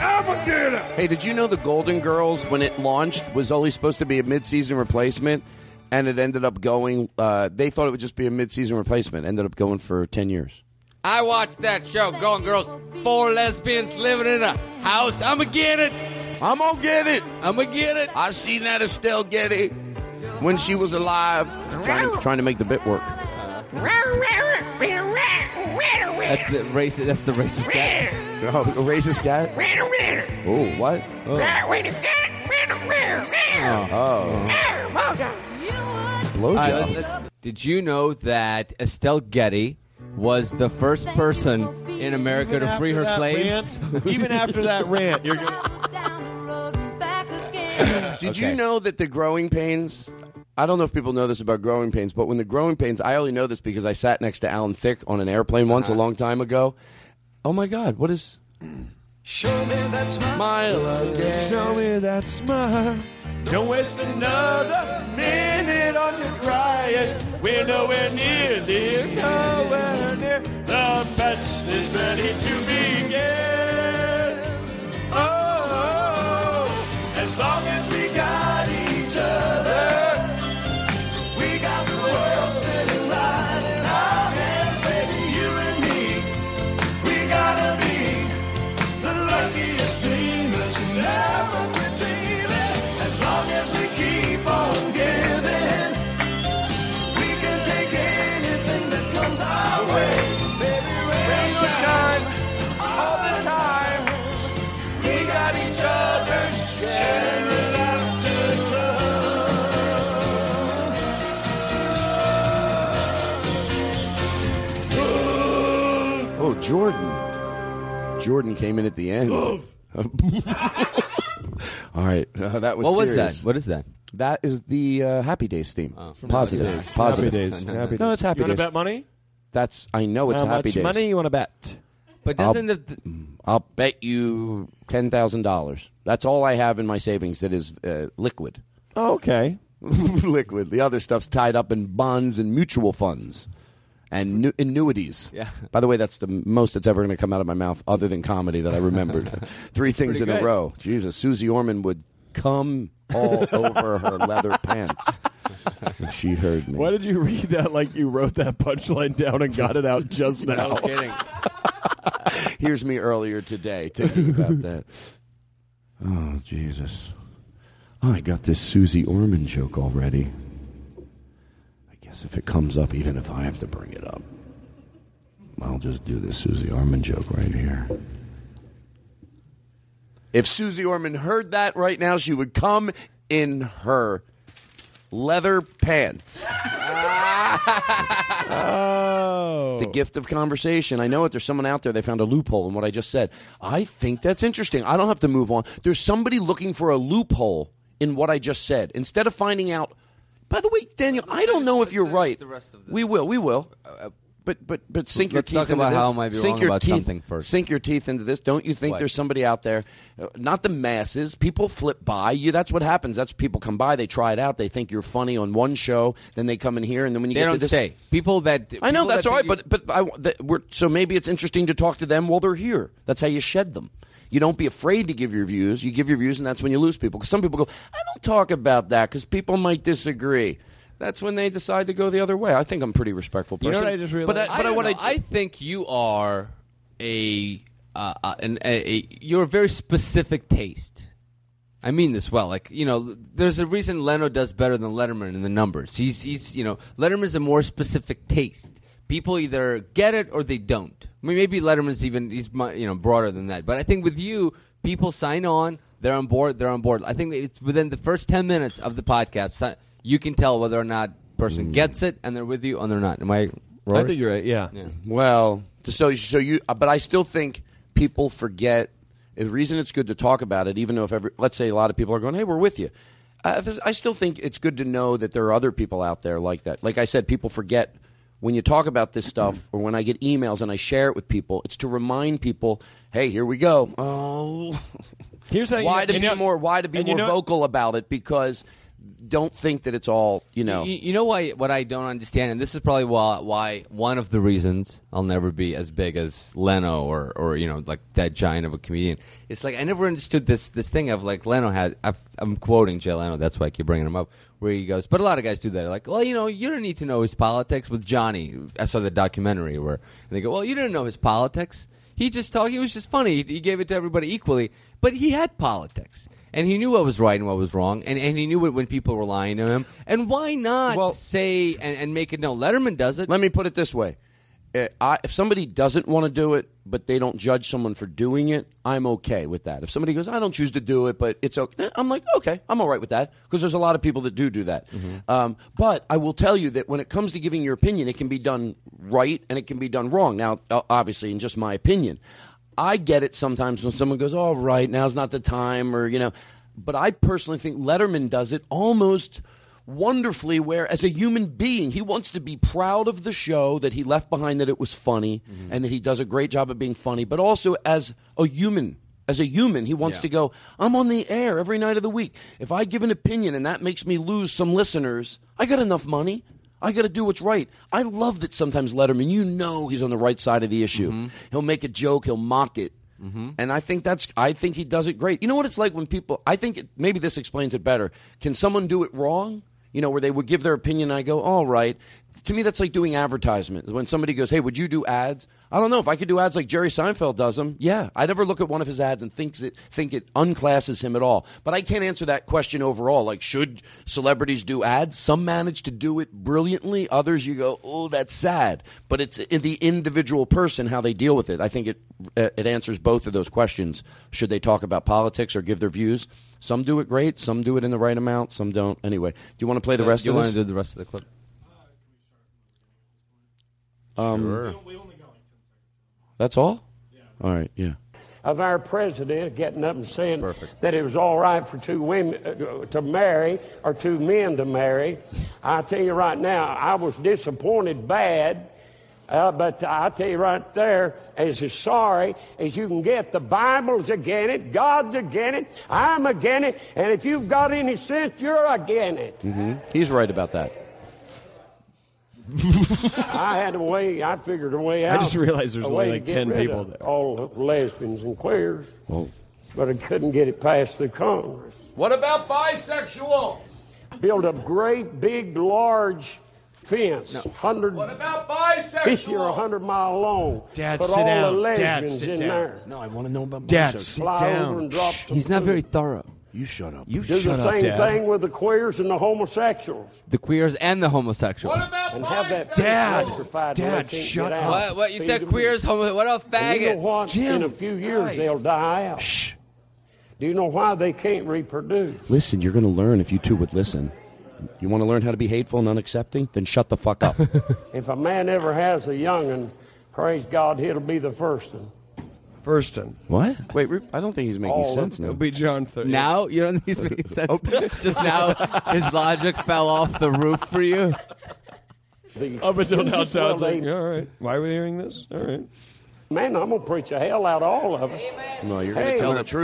J: I'ma get it.
A: Hey, did you know the Golden Girls, when it launched, was only supposed to be a mid-season replacement, and it ended up going. Uh, they thought it would just be a mid-season replacement. Ended up going for ten years.
B: I watched that show, Going Girls. Four lesbians living in a house. I'ma get it.
A: I'm gonna get it.
B: I'ma get it.
A: I seen that Estelle get it when she was alive, trying to, trying to make the bit work.
B: That's the racist. That's the racist guy.
A: Oh, a racist guy. Oh, what? Oh, oh.
B: All right,
A: blowjob.
B: let's- let's- Did you know that Estelle Getty was the first person in America to free her slaves?
F: even after that rant, you're going
A: Did
B: Okay.
A: you know that the growing pains? I don't know if people know this about growing pains, but when the growing pains, I only know this because I sat next to Alan Thicke on an airplane once
B: Uh-huh.
A: a long time ago. Oh my God, what is?
J: Show me that smile.
A: again.
J: Show me that smile. Don't waste another minute on your crying. We're nowhere near, dear, nowhere near. The best is ready to begin. Oh, oh, as long as we got each other, we got the world spinning right in our hands, baby, you and me. We gotta be the luckiest dreamers who never quit dreaming. As long as we keep on giving, we can take anything that comes our way. Baby, rain or shine, all the time. We got each other sharing laughter and love.
A: Oh, Jordan. Jordan came in at the end. All right, uh, that was.
B: What was
A: serious.
B: that? What is that? Oh.
A: That is the uh, Happy Days theme. positive.
F: Happy Days.
A: Positive.
F: Happy Days. Happy
A: No,
F: Days.
A: it's Happy
F: You wanna
A: Days.
F: bet money?
A: That's. I know it's
F: How
A: Happy
F: much
A: Days.
F: money you want to bet?
B: But
A: I'll- mm,
B: doesn't the,
A: I'll bet you ten thousand dollars. That's all I have in my savings that is uh, liquid.
B: Oh,
F: Okay.
A: liquid. The other stuff's tied up in bonds and mutual funds and nu- annuities.
B: Yeah.
A: By the way, that's the most that's ever going to come out of my mouth, other than comedy, that I remembered. Three things
B: Pretty
A: in
B: good.
A: a row. Jesus, Susie Orman would come all over her leather pants if she heard me.
F: Why did you read that like you wrote that punchline down and got it out just now?
A: No kidding. Here's me earlier today thinking about that. Oh, Jesus. Oh, I got this Susie Orman joke already. I guess if it comes up, even if I have to bring it up, I'll just do this Susie Orman joke right here. If Susie Orman heard that right now, she would come in her leather pants. The gift of conversation. I know it. There's someone out there. They found a loophole in what I just said. I think that's interesting. I don't have to move on. There's somebody looking for a loophole in what I just said. Instead of finding out. By the way, Daniel, I don't know if you're right.
B: the rest of
A: We will. We will. Uh, But but but sink
B: Let's
A: your
B: talk
A: teeth into
B: about how
A: this.
B: I might be
A: sink
B: wrong
A: your
B: about
A: teeth,
B: something first.
A: Sink your teeth into this. Don't you think
B: What?
A: there's somebody out there? uh, Not the masses. People flip by you. That's what happens. That's people come by. They try it out. They think you're funny on one show. Then they come in here, and then when you
B: They
A: get to
B: don't
A: this,
B: stay. People that
A: I know
B: people
A: that's
B: that
A: all right,
B: think
A: but but I, that we're, so maybe it's interesting to talk to them while they're here. That's how you shed them. You don't be afraid to give your views. You give your views, and that's when you lose people. Because some people go, I don't talk about that because people might disagree. That's when they decide to go the other way. I think I'm a pretty respectful person. But, I, but I,
B: don't
A: what I,
B: know. I think you are a, uh, uh, an, a, a you're a very specific taste. I mean this well. Like you know, there's a reason Leno does better than Letterman in the numbers. He's he's you know, Letterman's a more specific taste. People either get it or they don't. I mean, maybe Letterman's even he's mu- you know broader than that. But I think with you, people sign on. They're on board. They're on board. I think it's within the first ten minutes of the podcast si- you can tell whether or not person gets it and they're with you and they're not. Am I? Rory?
L: I think you're right. Yeah.
A: Well, so so you, uh, but I still think people forget the reason it's good to talk about it, even though if every, let's say a lot of people are going, hey, we're with you. I, there's- I still think it's good to know that there are other people out there like that. Like I said, people forget when you talk about this stuff, or when I get emails and I share it with people. It's to remind people, hey, here we go. Oh,
L: here's how you-
A: why to
L: you
A: be
L: know-
A: more why to be
L: and you
A: more
L: know-
A: vocal about it because don't think that it's all you know.
B: You, you know why? What I don't understand, and this is probably why, why one of the reasons I'll never be as big as Leno or, or you know like that giant of a comedian. It's like I never understood this this thing of like Leno had. i I'm quoting Jay Leno. That's why I keep bringing him up. Where he goes, but a lot of guys do that. Like, well, you know, you don't need to know his politics. With Johnny, I saw the documentary where and they go, well, you didn't know his politics. He just talked. He was just funny. He, he gave it to everybody equally, but he had politics. And he knew what was right and what was wrong, and, and he knew it when people were lying to him. And why not say and, and make it no? Letterman does it.
A: Let me put it this way: Uh, I, if somebody doesn't want to do it, but they don't judge someone for doing it, I'm okay with that. If somebody goes, "I don't choose to do it," but it's okay, eh, I'm like, okay, I'm all right with that because there's a lot of people that do do that. Um, but I will tell you that when it comes to giving your opinion, it can be done right and it can be done wrong. Now, o- obviously, in just my opinion, I get it sometimes when someone goes, "All right, now's not the time," or you know. But I personally think Letterman does it almost wonderfully where as a human being he wants to be proud of the show that he left behind that it was funny and that he does a great job of being funny but also as a human as a human he wants
O: Yeah.
A: to go i'm on the air every night of the week if i give an opinion and that makes me lose some listeners i got enough money I got to do what's right. I love that sometimes Letterman, you know, he's on the right side of the issue. He'll make a joke, he'll mock it,
B: Mm-hmm.
A: and I think that's I think he does it great. You know what it's like when people I think it, maybe this explains it better. Can someone do it wrong? You know, where they would give their opinion and I go, "All right." To me that's like doing advertisement. When somebody goes, "Hey, would you do ads?" I don't know if I could do ads like Jerry Seinfeld does them. Yeah, I never look at one of his ads and thinks it think it unclasses him at all. But I can't answer that question overall like should celebrities do ads? Some manage to do it brilliantly, others you go, "Oh, that's sad." But it's in the individual person how they deal with it. I think it uh, it answers both of those questions. Should they talk about politics or give their views? Some do it great, some do it in the right amount, some don't. Anyway, do you want to play the rest
B: you
A: of
B: want
A: this?
B: to do the rest of the clip?
A: Um,
B: Sure.
A: That's all? All right, yeah.
N: of our president getting up and saying that it was all right for two women uh, to marry or two men to marry. I tell you right now, I was disappointed bad. Uh, but I tell you right there, as as sorry as you can get, the Bible's against it, God's against it, I'm against it, and if you've got any sense, you're against it.
A: hmm He's right about that.
N: I had a way. I figured a way out.
L: just realized there's
N: a
L: only
N: way
L: like
N: to get
L: 10
N: rid
L: people
N: of
L: there.
N: All the lesbians and queers.
A: Whoa.
N: But I couldn't get it past the Congress.
G: What about bisexual?
N: Build a great, big, large fence, hundred
G: What about
N: fifty or
G: bisexual?
N: hundred mile long.
G: Dad,
N: Put
G: sit
N: all
G: down.
N: the
G: Dad,
N: lesbians
G: sit
N: in
G: down.
N: there.
A: No, I want to know about
N: Dad, sit Fly over down. and drop some
B: He's not
N: food.
B: very thorough.
A: You shut up.
B: You
N: Do the same thing with the queers and the homosexuals.
B: The queers and the homosexuals.
N: And have that
B: Dad,
N: electrified to
B: Dad,
N: where they can't
B: shut
N: get
B: up.
N: out.
B: What- what, you
N: Feed
B: said
N: them.
B: queers, homo- what a
N: And you know
B: faggot.
N: what?
B: Jim
N: In a few years, they'll die out. Do you know why they can't reproduce?
A: Listen, you're going to learn if you two would listen. You want to learn how to be hateful and unaccepting? Then shut the fuck up.
N: If a man ever has a young'un, praise God, he'll be the first one.
L: Thurston.
A: What?
L: Wait, I don't think he's
N: making All sense of- now.
L: Oh, It'll be John Thurston.
B: Now you don't think he's making sense. Just now, his logic fell off the roof for you.
L: Up until now, Todd's
N: Just well,
L: like,
N: they-
L: all right. Why are we hearing this? All right.
N: Man, I'm gonna preach the hell out of all of us.
A: No, you're
N: Hey, I- I tell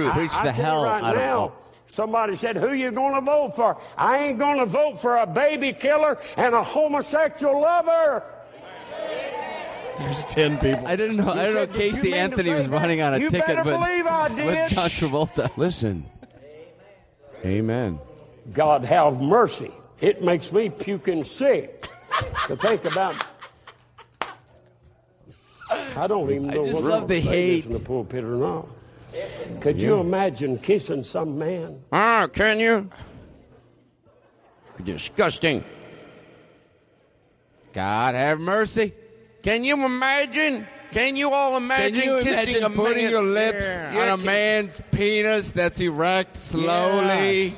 N: you right now, Somebody said, "Who you gonna vote for?" I ain't gonna vote for a baby killer and a homosexual lover.
L: There's ten people.
B: I didn't know. I
N: You
B: don't know.
N: said, "Did you
B: Casey
N: mean to
B: Anthony
N: say
B: was
N: that?
B: running on a
N: You
B: ticket,
N: better
B: with,
N: believe I
B: with
N: did."
B: John Travolta.
A: Listen. Amen.
N: God have mercy. It makes me puking sick to think about. I don't even
B: I
N: know
B: just
N: whether
B: love
N: I'm
B: the
N: saying
B: hate.
N: this in the pulpit or not. Could you
A: Yeah.
N: imagine kissing some man?
A: Ah, can you? Disgusting.
B: God have mercy.
A: Can you imagine? Can you all
B: Can
A: imagine
B: you
A: kissing
B: imagine
A: a
B: putting
A: man?
B: your lips
A: Yeah.
B: on
A: Yeah,
B: a
A: can-
B: man's penis that's erect slowly?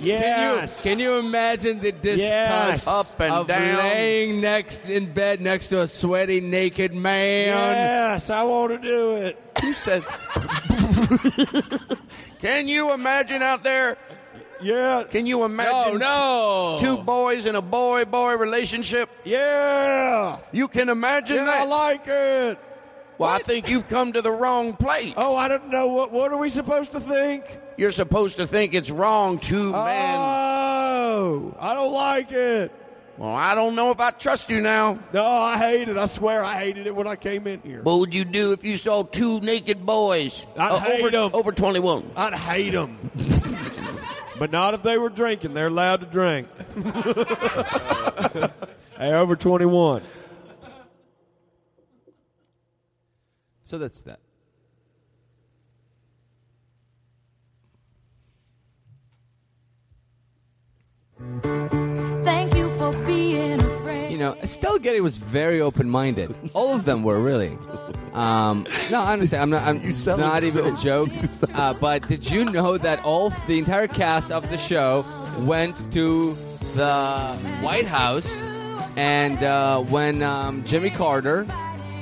A: Yes.
B: Can you, can you imagine the disgust
A: Yes. Up and
B: of
A: down.
B: laying next in bed next to a sweaty naked man?
L: Yes, I want to do it.
A: You said. Can you imagine out there?
L: Yeah.
A: Can you imagine?
B: No, no.
A: Two boys in a boy-boy relationship.
L: Yeah.
A: You can imagine
L: Yeah, I
A: that.
L: like it.
A: well, I think you've come to the wrong place.
L: Oh, I don't know. What What are we supposed to think?
A: You're supposed to think it's wrong, two men.
L: Oh, I don't like it.
A: Well, I don't know if I trust you now.
L: No, I hate it. I swear I hated it when I came in here.
A: What would you do if you saw two naked boys
L: I'd hate
A: over
L: 'em.
A: over 21?
L: I'd hate them. but not if they were drinking. They're allowed to drink. hey, over 21.
B: So that's that.
K: Thank you for being a friend.
B: You know, Estelle Getty was very open-minded. All of them were really. Um, no, honestly, I'm not. I'm, it's
A: sound
B: not even
A: so-
B: a joke. Uh, but did you know that all the entire cast of the show went to the White House, and uh, when um, Jimmy Carter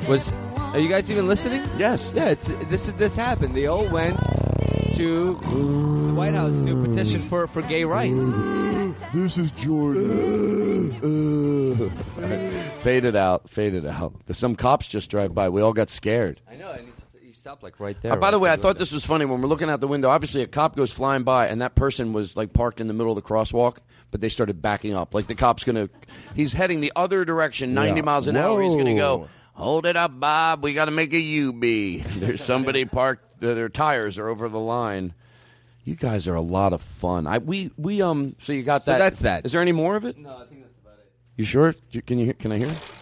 B: was, are you guys even listening?
A: Yes.
B: Yeah, it's, this this happened. They all went to the White House to petition for for gay rights.
A: This is Jordan. Faded out. Faded out. Some cops just drive by. We all got scared.
B: I know, and he, he stopped like right there.
A: Uh, by the way, I thought this was funny. When we're looking out the window, obviously a cop goes flying by, and that person was like parked in the middle of the crosswalk, but they started backing up. Like the cop's gonna, he's heading the other direction, ninety
L: Yeah.
A: miles an hour. He's gonna go.
L: Whoa.
A: Hold it up, Bob. We got to make a UB. There's somebody parked. Their, their tires are over the line. You guys are a lot of fun. I we we um. So you got
B: So
A: that?
B: that's that.
A: Is there any more of it?
B: No, I think that's about it.
A: You sure? You- Can you hear- can I hear? it?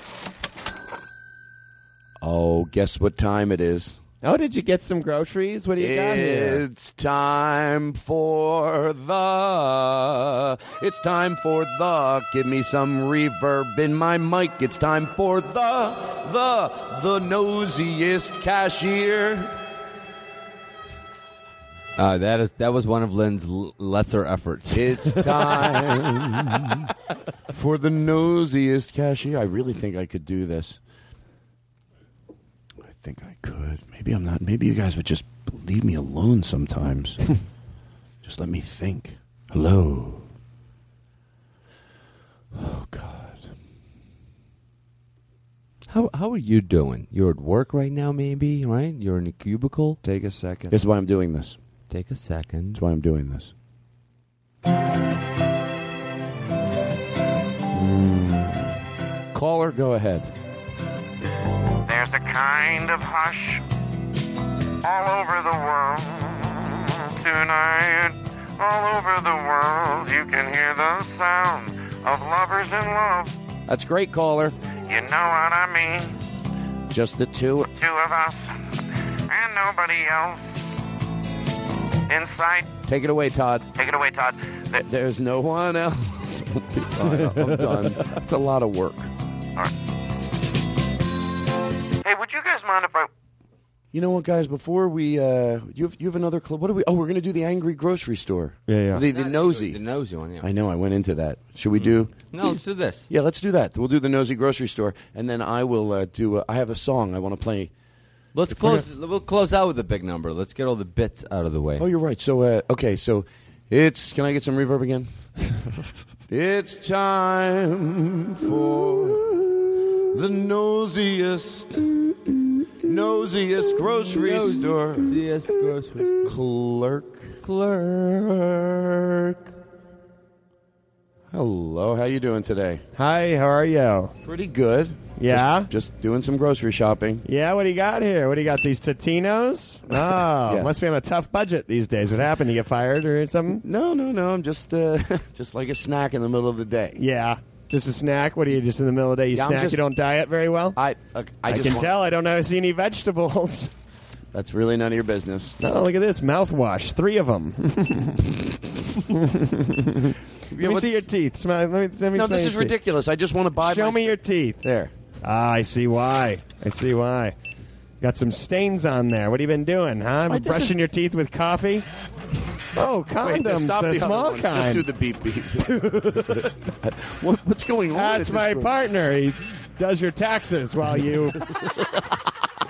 A: Oh, guess what time it is.
J: Oh, did you get some groceries? What do you got here?
A: It's time for the. It's time for the. Give me some reverb in my mic. It's time for the, the, the nosiest cashier.
B: Uh, that is that was one of Lynn's l- lesser efforts.
A: It's time for the nosiest cashier. I really think I could do this. I think I could. Maybe I'm not. Maybe you guys would just leave me alone sometimes. just let me think. Hello. Oh God.
B: How how are you doing? You're at work right now, maybe right? You're in a cubicle.
L: Take a second.
A: This is why I'm doing this.
B: Take a second.
A: That's why I'm doing this. Mm. Caller, go ahead.
M: There's a kind of hush all over the world tonight. All over the world, you can hear the sound of lovers in love.
A: That's great, caller.
M: You know what I mean?
A: Just the two.
M: Two of us and nobody else. Inside.
A: Take it away, Todd.
M: Take it away, Todd. Th-
A: There's no one else. I'm done. It's a lot of work.
M: Hey, would you guys mind if I.
A: You know what, guys? Before we, uh, you have you have another club. What are we? Oh, we're gonna do the angry grocery store.
L: Yeah, yeah.
A: The, the
B: Not
A: nosy.
B: The nosy one, yeah.
A: I know. I went into that. Should we do?
B: No, let's do this.
A: Yeah, let's do that. We'll do the nosy grocery store, and then I will uh, do. Uh, I have a song I want to play.
B: Let's close. We'll close out with a big number. Let's get all the bits out of the way.
A: Oh, you're right. So, uh, okay, so it's. Can I get some reverb again? it's
L: Mm.
A: time for the nosiest, nosiest grocery store. Nosiest grocery clerk. Clerk. Hello, how you doing today?
L: Hi, how are you?
A: Pretty good.
L: Yeah?
A: Just, just doing some grocery shopping.
L: Yeah, what do you got here? What do you got? These Tatinos? Oh,
A: Yeah.
L: must be on a tough budget these days. What happened? You get fired or something?
A: No, no, no. I'm just uh, just like a snack in the middle of the day.
L: Yeah. Just a snack? What are you, just in the middle of the day? You
A: Yeah, I'm
L: snack?
A: just-
L: you don't diet very well?
A: I, uh, I,
L: I,
A: just
L: can
A: want-
L: tell. I don't know. see any vegetables.
A: That's really none of your business.
L: Oh, look at this mouthwash. Three of them. let me
A: what-
L: see your teeth. Smell, let me, let me
A: No,
L: smell
A: this
L: your
A: is
L: teeth.
A: ridiculous. I just want to buy.
L: Show
A: my
L: me your teeth.
A: There.
L: Ah, I see why. I see why. Got some stains on there. What have you been doing, huh?
A: Why doesn't-
L: brushing your teeth with coffee? Oh,
A: Wait,
L: condoms.
A: no, stop
L: the,
A: the, other
L: small
A: ones.
L: kind.
A: Just do the beep beep. What- what's going on? at
L: That's
A: this
L: my
A: room?
L: partner. He does your taxes while you.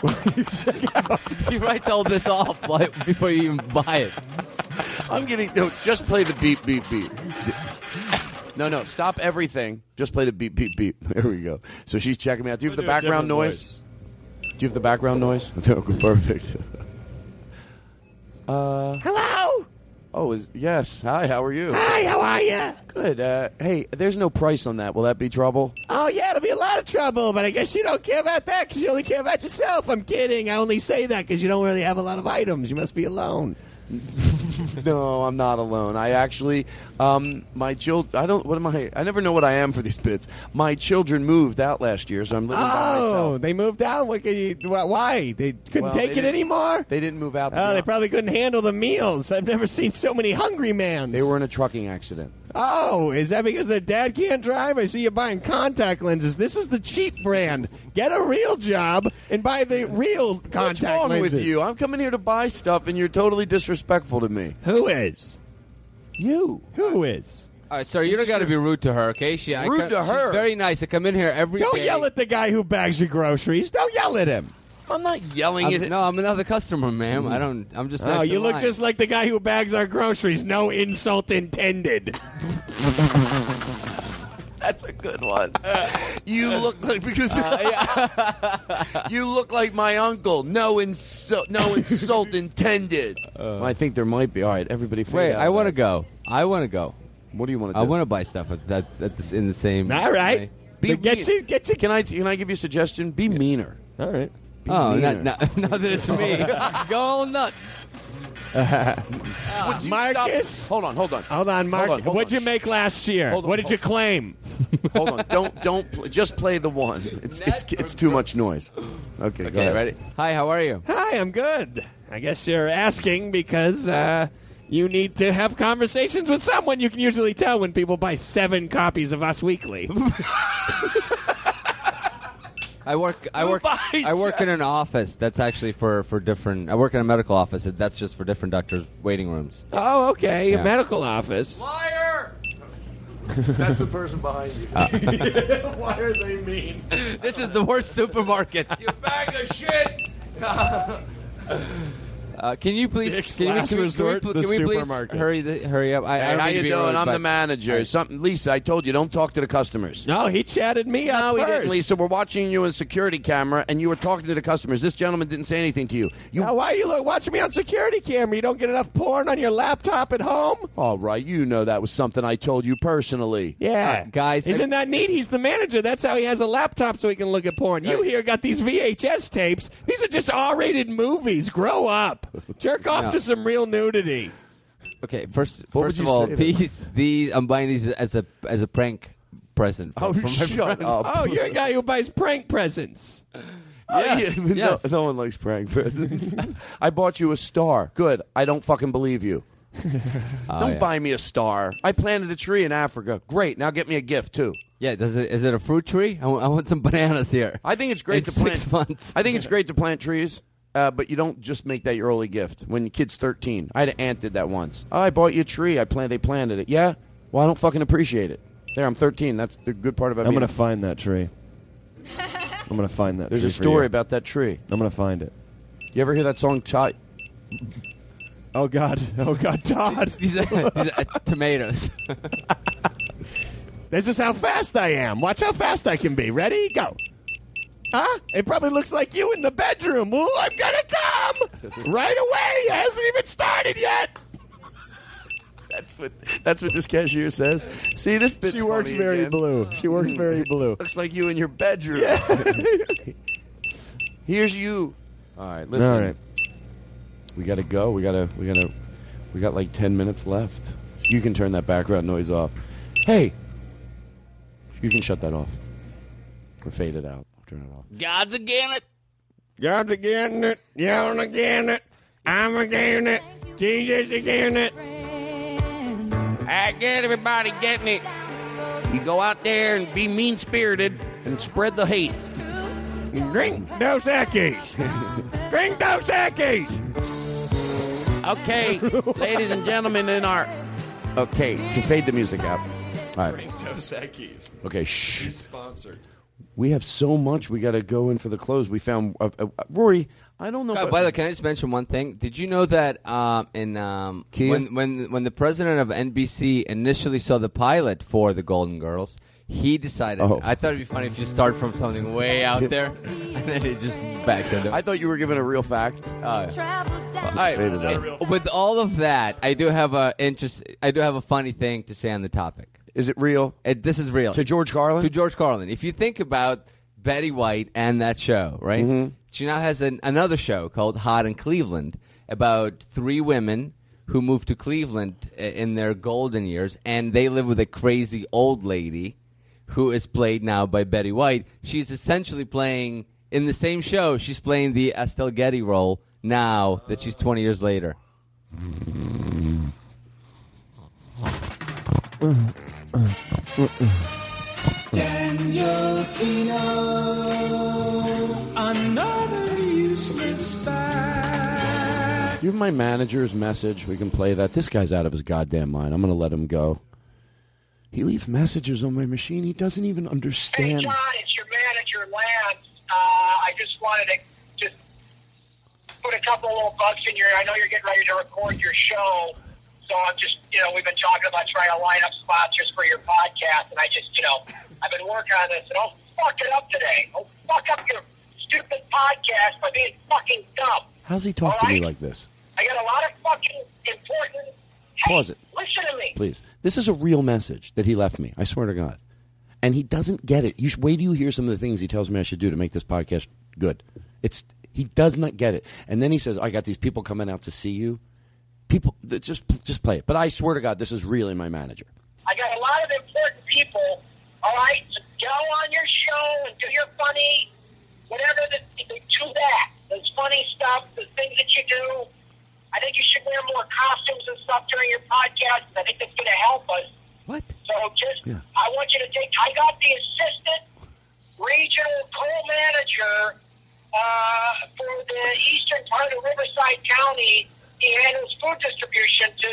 B: he writes all this off like, before you even buy it.
A: I'm getting. No, just play the beep beep beep. No, no, stop everything. Just play the beep beep beep. There we go. So she's checking me out. Do you have the
L: do a different
A: background noise? Do you have the background noise? No, perfect. Uh,
L: Hello.
A: oh, is yes. Hi, how are you?
L: Hi, how are ya?
A: Good. Uh, hey, there's no price on that. Will that be trouble?
L: Oh yeah, it'll be a lot of trouble, but I guess you don't care about that because you only care about yourself. I'm kidding. I only say that because you don't really have a lot of items. You must be alone.
A: no, I'm not alone. I actually, um, my child. I don't. What am I? I never know what I am for these bits. My children moved out last year, so I'm living by myself.
L: Oh, they moved out. What could you? wh- Why they couldn't
A: Well,
L: take
A: they
L: it
A: didn't-
L: anymore?
A: They didn't move out.
L: Oh, they probably couldn't handle the meals. I've never seen so many hungry mans.
A: They were in a trucking accident.
L: Oh, is that because their dad can't drive? I see you buying contact lenses. This is the cheap brand. Get a real job and buy the real contact
A: What's wrong
L: lenses.
A: with you? I'm coming here to buy stuff, and you're totally disrespectful to me.
L: Who is?
A: You.
L: Who is?
B: All right, sir, you don't got to be rude to her, okay? She, I
L: Rude
B: come-
L: to her?
B: She's very nice. I come in here every
L: Don't
B: day.
L: yell at the guy who bags your groceries. Don't yell at him.
A: I'm not yelling
B: I'm- No, I'm another customer, ma'am. I don't. I'm just.
L: Oh,
B: next
L: you
B: in
L: look
B: line.
L: just like the guy who bags our groceries. No insult intended.
A: That's a good one. you look like because
L: Uh,
A: you look like my uncle. No insult. No insult intended.
L: Oh.
A: I think there might be. All right, everybody.
B: Wait, I want to go. I want to go.
A: What do you want to
B: I
A: do?
B: want to buy stuff at that at this, in the same.
L: All right.
B: way.
A: Be
L: Get
A: mean.
L: you- get you-
A: Can I can I give you a suggestion? Be meaner.
L: All right.
B: oh,
A: meaner.
B: not, not, not that it's me. go all nuts.
A: Would you
L: Marcus?
A: stop- Hold on, hold on,
L: Hold on, Mark.
A: Hold on, hold
L: What'd
A: on.
L: you make last year?
A: Hold on,
L: what did
A: hold
L: you claim?
A: hold on. Don't don't pl- just play the one. It's it's it's too much noise. Okay, go
B: Okay,
A: ahead.
B: ready? Hi, how are you?
L: Hi, I'm good. I guess you're asking because uh, you need to have conversations with someone. You can usually tell when people buy seven copies of Us Weekly.
B: I work. I work.
L: buys
B: I work in an office that's actually for for different. I work in a medical office that- that's just for different doctors' waiting rooms.
L: oh, okay.
B: Yeah.
L: A medical office.
A: That's the person behind you.
L: Uh. Why are they mean?
B: this is the worst supermarket.
G: Bag of shit.
B: Uh, can you please?
L: Dick's
B: Can, you,
L: Last
B: can, we, can, we,
L: Resort,
B: pl-
L: the
B: can we please
L: supermarket.
B: hurry? The, hurry up! I, I
A: Hey,
B: don't
A: how
B: mean to
A: you
B: be
A: doing?
B: rude,
A: I'm the
B: but-
A: manager. Something, Lisa. I told you, don't talk to the customers.
L: No, Oh, he chatted me up
A: No, he didn't,
L: first.
A: Lisa. We're watching you in security camera, and you were talking to the customers. This gentleman didn't say anything to you. You,
L: Now, why are you look, watching me on security camera? You don't get enough porn on your laptop at home?
A: all right, you know that was something I told you personally.
L: Yeah,
B: Uh, guys,
L: Isn't that neat? He's the manager. That's how he has a laptop so he can look at porn. You here got these VHS tapes. These are just R-rated movies. Grow up. Jerk off
B: No.
L: to some real nudity.
B: Okay, first,
A: What would
B: first of
A: you
B: all,
A: say to
B: these these I'm buying these as a as a prank present.
A: Oh,
B: from- from my
A: shut
B: friend.
A: up.
L: Oh, you're a guy who buys prank presents.
A: Yeah.
B: Yes,
A: no,
B: yes.
A: no one likes prank presents. I bought you a star. Good. I don't fucking believe you. don't
B: Oh, yeah.
A: buy me a star. I planted a tree in Africa. Great. Now get me a gift too.
B: Yeah, does it is it a fruit tree? I want- I want some bananas here.
A: I think it's great
B: In
A: to plant.
B: six months.
A: I think it's great to plant trees. uh, but you don't just make that your only gift. When your kid's 13, I had an aunt did that once. Oh, I bought you a tree. I planted. They planted it. Yeah. Well, I don't fucking appreciate it. There, I'm 13. That's the good part about.
L: I'm
A: being
L: gonna find that tree. I'm gonna find that.
A: There's
L: tree
A: a
L: for
A: story
L: you.
A: about that tree.
L: I'm gonna find it.
A: You ever hear that song, Todd?
L: Oh God! Oh God, Todd!
B: these are, these are tomatoes.
L: This is how fast I am. Watch how fast I can be. Ready? Go. Huh? It probably looks like you in the bedroom. Ooh, I'm gonna come right away. It hasn't even started yet.
A: That's what that's what this cashier says. See, this bitch.
L: She works very blue. She works very blue.
A: Looks like you in your bedroom. Here's you. All right, listen.
L: All right.
A: We gotta go. We gotta. We gotta. We got like ten minutes left. You can turn that background noise off. Hey, you can shut that off or fade it out. Turn it off.
B: God's again it.
P: God's again it. You're again it. I'm again it. Jesus again it.
A: I get everybody getting it. You go out there and be mean spirited and spread the hate.
P: Drink Dos Equis. Drink Dos Equis.
A: Okay, ladies and gentlemen, in our okay to fade the music out. All right.
L: Dos Equis.
A: Okay. Shh.
L: Sponsored.
A: We have so much. We got to go in for the close. We found uh, uh, Rory. I don't know.
B: God,
A: what-
B: by the way, can I just mention one thing? Did you know that um, in um,
A: Kia?
B: when when when the president of NBC initially saw the pilot for The Golden Girls, he decided.
A: Oh.
B: I thought it'd be funny if you start from something way out there and then it just backed into.
A: I thought you were giving a real fact.
B: All right. eh,
A: Faded out.
B: With all of that, I do have a interest. I do have a funny thing to say on the topic. Eh,
A: Is it real?
B: this is real.
A: To George Carlin.
B: To George Carlin. If you think about Betty White and that show, right? She now has an, another show called Hot in Cleveland about three women who moved to Cleveland i- in their golden years, and they live with a crazy old lady who is played now by Betty White. She's essentially playing in the same show. She's playing the Estelle Getty role now that she's 20 years later.
P: Daniel Kino. Another useless fact.
A: You have my manager's message. We can play that. This guy's out of his goddamn mind. I'm going to let him go. He leaves messages on my machine. He doesn't even
O: Hey,
A: understand.
O: John, it's your manager, Lance. Uh, I just wanted to just put a couple little bucks in your. I know you're getting ready to record your show, so I'm just, you know, we've been talking about trying to line up sponsors for your podcast, and I just, you know, I've been working on this, and I'll fuck it up today. I'll fuck up your stupid podcast by being fucking dumb.
A: How's he talk to me like this?
O: I got a lot of fucking important.
A: Pause it.
O: Listen to me.
A: Please. This is a real message that he left me. I swear to God. And he doesn't get it. You should, wait till you hear some of the things he tells me I should do to make this podcast good. It's he does not get it. And then he says, "I got these people coming out to see you." People th- just just play it. But I swear to God, this is really my manager.
O: I got a lot of important people. All right, so go on your show and do your funny, whatever. The, do that. There's funny stuff, the things that you do. I think you should wear more costumes and stuff during your podcast. I think that's going to help us.
A: What?
O: So just, I want you to take. I got the assistant regional co-manager uh, for the eastern part of Riverside County. He handles food distribution to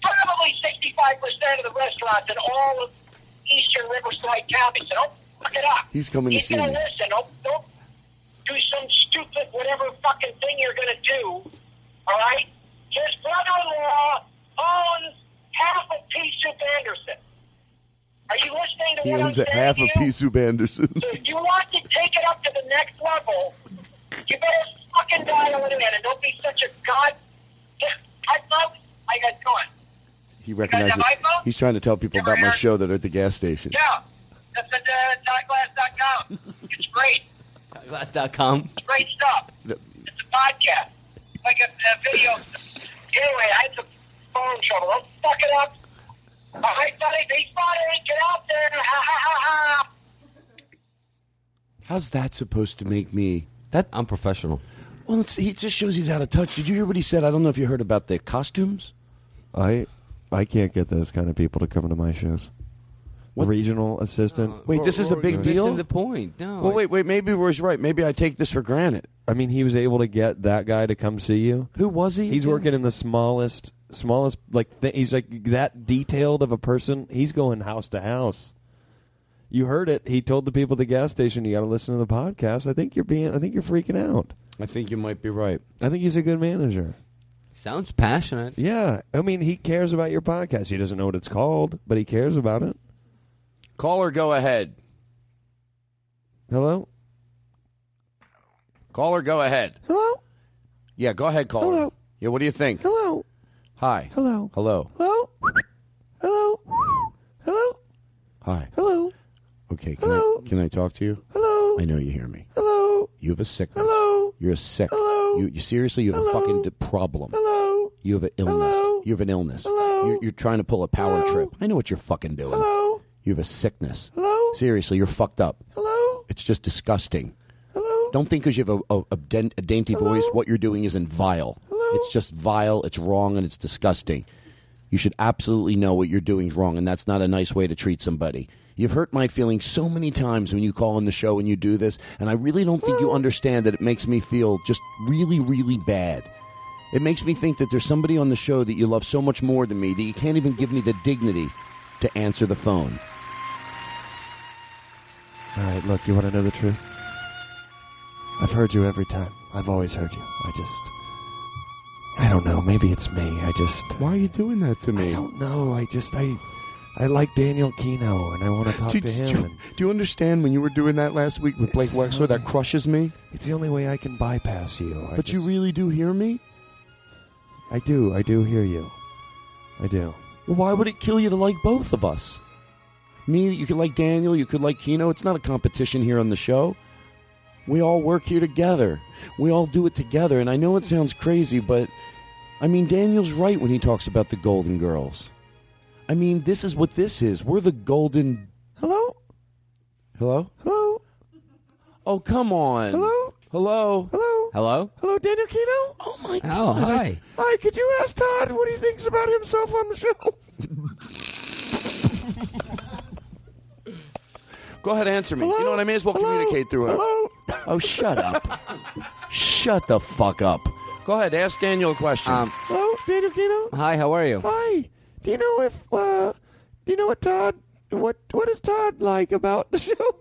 O: probably 65% of the restaurants in all of eastern Riverside County. So don't fuck it up.
A: He's coming to
O: He's
A: see
O: gonna
A: me.
O: listen. Don't, don't do some stupid whatever fucking thing you're going to do. All right? His brother-in-law owns half of P. Soup Anderson. Are you listening to
A: He
O: what
A: owns
O: I'm
A: a
O: saying
A: half
O: to
A: of
O: you?
A: P. Soup Anderson.
O: So if you want to take it up to the next level, you better fucking dial it in and don't be such a god. I thought I got gone.
A: He recognizes.
O: my phone?
A: He's trying to tell people about my show that are at the gas station.
O: Yeah, that's at uh, dotglass.com. It's great.
B: Glass.com.
O: It's great stuff. It's a podcast, like a, a video. Anyway, I had some phone trouble. Don't fuck it up. All right, buddy, be funny. Get out there. Ha ha ha ha.
A: How's that supposed to make me? That
B: I'm professional.
A: Well, it's, he just shows he's out of touch. Did you hear what he said? I don't know if you heard about the costumes.
L: I I can't get those kind of people to come to my shows. Regional assistant.
A: Wait, this is a big
B: you're
A: deal.
B: missing the point. No,
A: Well, wait, wait. Maybe Roy's right. Maybe I take this for granted.
L: I mean, he was able to get that guy to come see you. Who was he? He's working in the smallest, smallest. Like th- he's like that detailed of a person. He's going house to house. You heard it. He told the people at the gas station, "You got to listen to the podcast." I think you're being. I think you're freaking out.
A: I think you might be right.
L: I think he's a good manager.
B: Sounds passionate.
L: Yeah, I mean, he cares about your podcast. He doesn't know what it's called, but he cares about it.
C: Call or go ahead.
L: Hello.
C: Call or go ahead.
J: Hello?
C: Yeah, go ahead, caller.
J: Hello?
C: Yeah, what do you think?
J: Hello?
C: Hi.
J: Hello?
C: Hello.
J: Hello? Hello? Hello?
A: Hi.
J: Hello?
A: Okay. Can I can I talk to you?
J: Hello.
A: I know you hear me.
J: Hello?
A: You have a sickness. Hello. You're a sick. Hello. You, you seriously, you have a fucking d- problem.
J: Hello.
A: You have an illness. You have an illness. Hello. You're, you're trying to pull a power trip. I know what you're fucking doing. Hello. You have a sickness. Hello. Seriously, you're fucked up. Hello. It's just disgusting. Hello. Don't think because you have a, a, a, dent, a dainty voice, what you're doing isn't vile. Hello. It's just vile. It's wrong and it's disgusting. You should absolutely know what you're doing is wrong, and that's not a nice way to treat somebody. You've hurt my feelings so many times when you call on the show and you do this, and I really don't think you understand that it makes me feel just really, really bad. It makes me think that there's somebody on the show that you love so much more than me that you can't even give me the dignity to answer the phone.
J: All right, look, you want to know the truth? I've heard you every time. I've always heard you. I just. uh, I don't know. Maybe it's me. I just.
A: Why are you doing that to me?
J: I don't know. I just. I. I like Daniel Kino, and I want to talk
A: do,
J: to
A: do
J: him.
A: you,
J: and
A: do you understand when you were doing that last week with Blake Wexler? That crushes me.
J: it's the only way I can bypass you. I
A: But you really do hear me?
J: I do. I do hear you. I do.
A: Well, why would it kill you to like both of us? Me, you could like Daniel, you could like Kino. It's not a competition here on the show. We all work here together. We all do it together. And I know it sounds crazy, but I mean, Daniel's right when he talks about the Golden Girls. I mean, this is what this is. We're the Golden.
J: Hello?
A: Hello?
J: Hello?
C: Oh, come on.
J: Hello?
C: Hello?
J: Hello?
B: Hello?
J: Hello, Daniel Kino? Oh, my
B: Oh,
J: God.
B: hi.
J: Hi, could you ask Todd what he thinks about himself on the show?
C: Go ahead, answer me. You know what? I may as well communicate through it. Hello? Oh, shut up.
A: Shut the fuck up.
C: Go ahead, ask Daniel a question.
B: Um,
J: Hello, Daniel Kino?
B: Hi, how are you?
J: Hi. Do you know if, uh, do you know what Todd, what, what is Todd like about the show?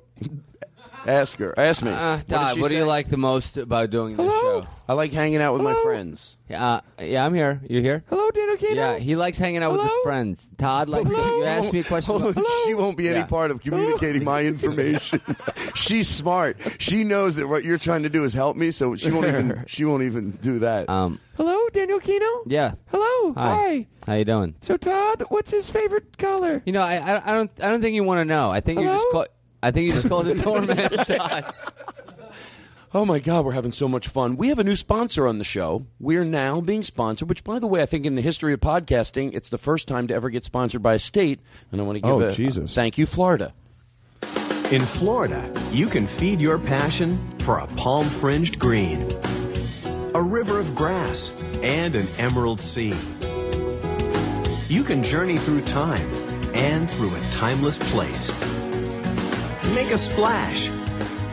C: ask her. Ask me.
B: Uh,
C: What did
B: Todd,
C: she
B: what, do you
C: say?
B: like the most about doing this show?
C: I like hanging out with my friends.
B: Yeah, uh, yeah, I'm here. You here?
J: Hello, Daniel Kino?
B: Yeah, he likes hanging out with his friends. Todd likes. You asked me a question.
C: Oh,
B: about-
C: she won't be any
B: Yeah.
C: part of communicating my information. She's smart. She knows that what you're trying to do is help me, so she won't even she won't even do that.
B: Um,
J: Hello, Daniel Kino?
B: yeah.
J: Hello.
B: Hi. How you doing?
J: So, Todd, what's his favorite color?
B: You know, I, I, I don't I don't think you want to know. I think you just call, I think you just called it torment. Todd.
A: Oh my God, we're having so much fun. We have a new sponsor on the show. We're now being sponsored, which, by the way, I think in the history of podcasting, it's the first time to ever get sponsored by a state. And I want to give
L: Oh,
A: a
L: Jesus.
A: thank you, Florida.
Q: In Florida, you can feed your passion for a palm fringed green, a river of grass, and an emerald sea. You can journey through time and through a timeless place. Make a splash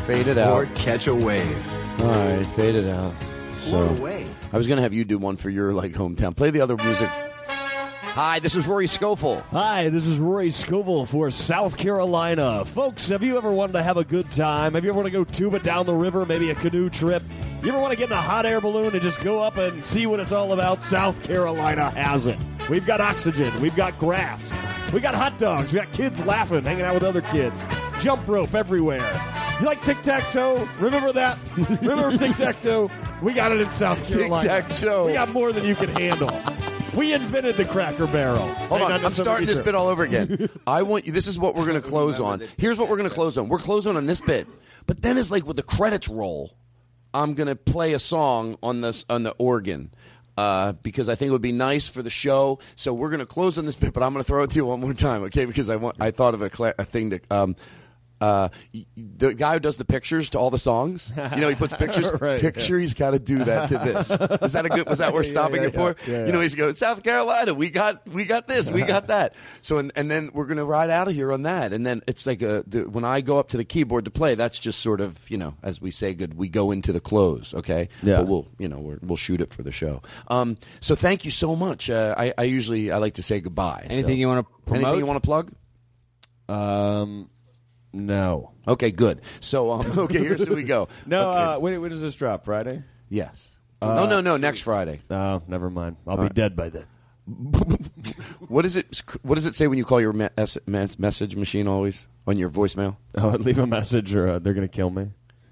A: Fade it
Q: or
A: out.
Q: catch a wave.
A: All right, fade it out. So, I was going to have you do one for your like hometown. Play the other music. Hi, this is Rory Scofield.
L: Hi, this is Roy Scovel for South Carolina. Folks, have you ever wanted to have a good time? Have you ever want to go tuba down the river, maybe a canoe trip? You ever want to get in a hot air balloon and just go up and see what it's all about? South Carolina has it. We've got oxygen, we've got grass, we got hot dogs, we got kids laughing, hanging out with other kids, jump rope everywhere. You like tic tac toe? Remember that? Remember tic tac toe? We got it in South Carolina.
C: Tic-tac-toe.
L: We got more than you can handle. We invented the Cracker Barrel.
C: Hold
L: Hey,
C: on,
L: not
C: I'm starting
L: necessarily
C: this bit all over again. I want you. This is what we're going to close on. Here's what we're going to close on. We're closing on this bit, but then it's like with the credits roll, I'm going to play a song on this on the organ. Uh, because I think it would be nice for the show, so we're going to close on this bit. But I'm going to throw it to you one more time, okay? Because I want I thought of a, cla- a thing to um,
A: uh, y- y- the guy who does the pictures to all the songs. You know, he puts pictures.
P: Right,
A: picture
P: yeah.
A: he's got to do that to this. Is that a good? Was that worth
P: Yeah,
A: stopping
P: yeah,
A: it for?
P: yeah, yeah,
A: You know,
P: yeah.
A: he's going South Carolina. We got we got this. We got that. So and, and then we're gonna ride out of here on that. And then it's like a, the, when I go up to the keyboard to play, that's just sort of you know as we say, good. We go into the close. Okay.
L: Yeah.
A: But we'll you know we're, we'll shoot it for the show. Um. So thank you so much. Uh, I I usually I like to say goodbye. so-
B: Anything you wanna promote?
A: Anything you want to plug? Um. No. Okay. Good. So um. Okay. Here's who we go.
L: No,
A: Okay.
L: uh, when, when does this drop? Friday?
A: Yes. no, no, no. Next Friday.
L: Uh, No, never mind. I'll
A: All
L: be
A: right.
L: dead by then.
A: What does it? What does it say when you call your me- S- mes- message machine always on your voicemail?
L: Oh, leave a message or uh, they're going to kill me.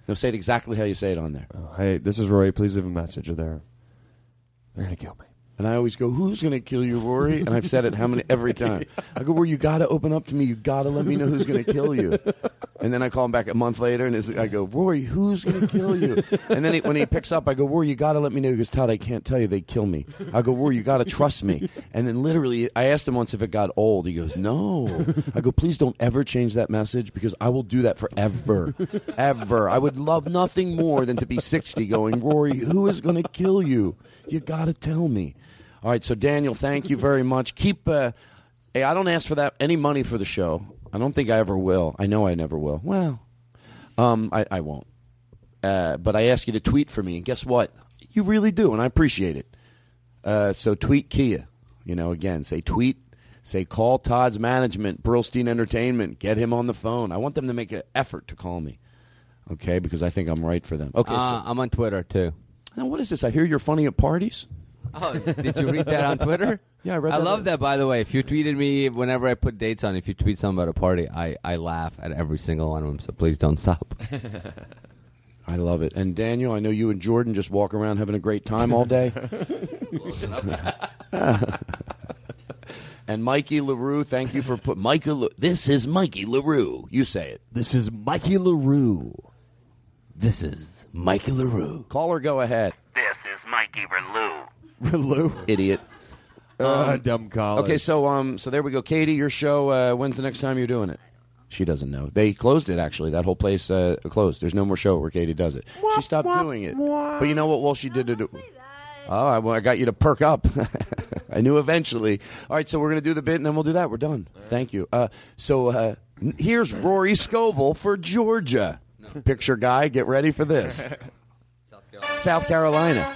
A: No, say it exactly how you say it on there.
L: Oh, hey, this is Roy. Please leave a message or they're, they're going to kill me.
A: And I always go, "Who's going to kill you, Rory?" And I've said it how many every time. I go, "Well, you got to open up to me. You got to let me know who's going to kill you." And then I call him back a month later, and it's, I go, "Rory, who's going to kill you?" And then he, when he picks up, I go, "Rory, you got to let me know." He goes, "Todd, I can't tell you. They kill me." I go, "Rory, you got to trust me." And then literally, I asked him once if it got old. He goes, "No." I go, "Please don't ever change that message because I will do that forever, ever. I would love nothing more than to be sixty, going, Rory, who is going to kill you? You got to tell me." All right, so Daniel, thank you very much. Keep. Uh, hey, I don't ask for that any money for the show. I don't think I ever will. I know I never will. Well, um, I, I won't. Uh, but I ask you to tweet for me, and guess what? You really do, and I appreciate it. Uh, so tweet Kia. You know, again, say tweet, say call Todd's management, Brillstein Entertainment, get him on the phone. I want them to make an effort to call me. Okay, because I think I'm right for them. Okay,
B: Uh,
A: I'm on Twitter too. Now, what is this? I hear you're funny at parties.
B: Oh, did you read that on Twitter?
A: Yeah, I read that
B: love that, by the way. If you tweeted me whenever I put dates on, if you tweet something about a party, I, I laugh at every single one of them. So please don't stop.
A: I love it. And Daniel, I know you and Jordan just walk around having a great time all day.
B: Close enough.
A: and Mikey LaRue, thank you for put Mikey. La- this is Mikey LaRue. You say it. This is Mikey LaRue. This is Mikey LaRue. Call or go ahead.
M: This is Mikey Relou.
A: LaRue. Idiot. Um,
L: Uh, dumb college.
A: Okay, so um, so there we go. Katie, your show. Uh, when's the next time you're doing it? She doesn't know. They closed it actually. That whole place uh, closed. There's no more show where Katie does it. She stopped doing it. But you know what? Well, she did it. Oh, I, well, I got you to perk up. I knew eventually. All right, so we're gonna do the bit, and then we'll do that. We're done. Thank you. Uh, so uh, n- here's Rory Scovel for Georgia. Picture guy, get ready for this. South Carolina.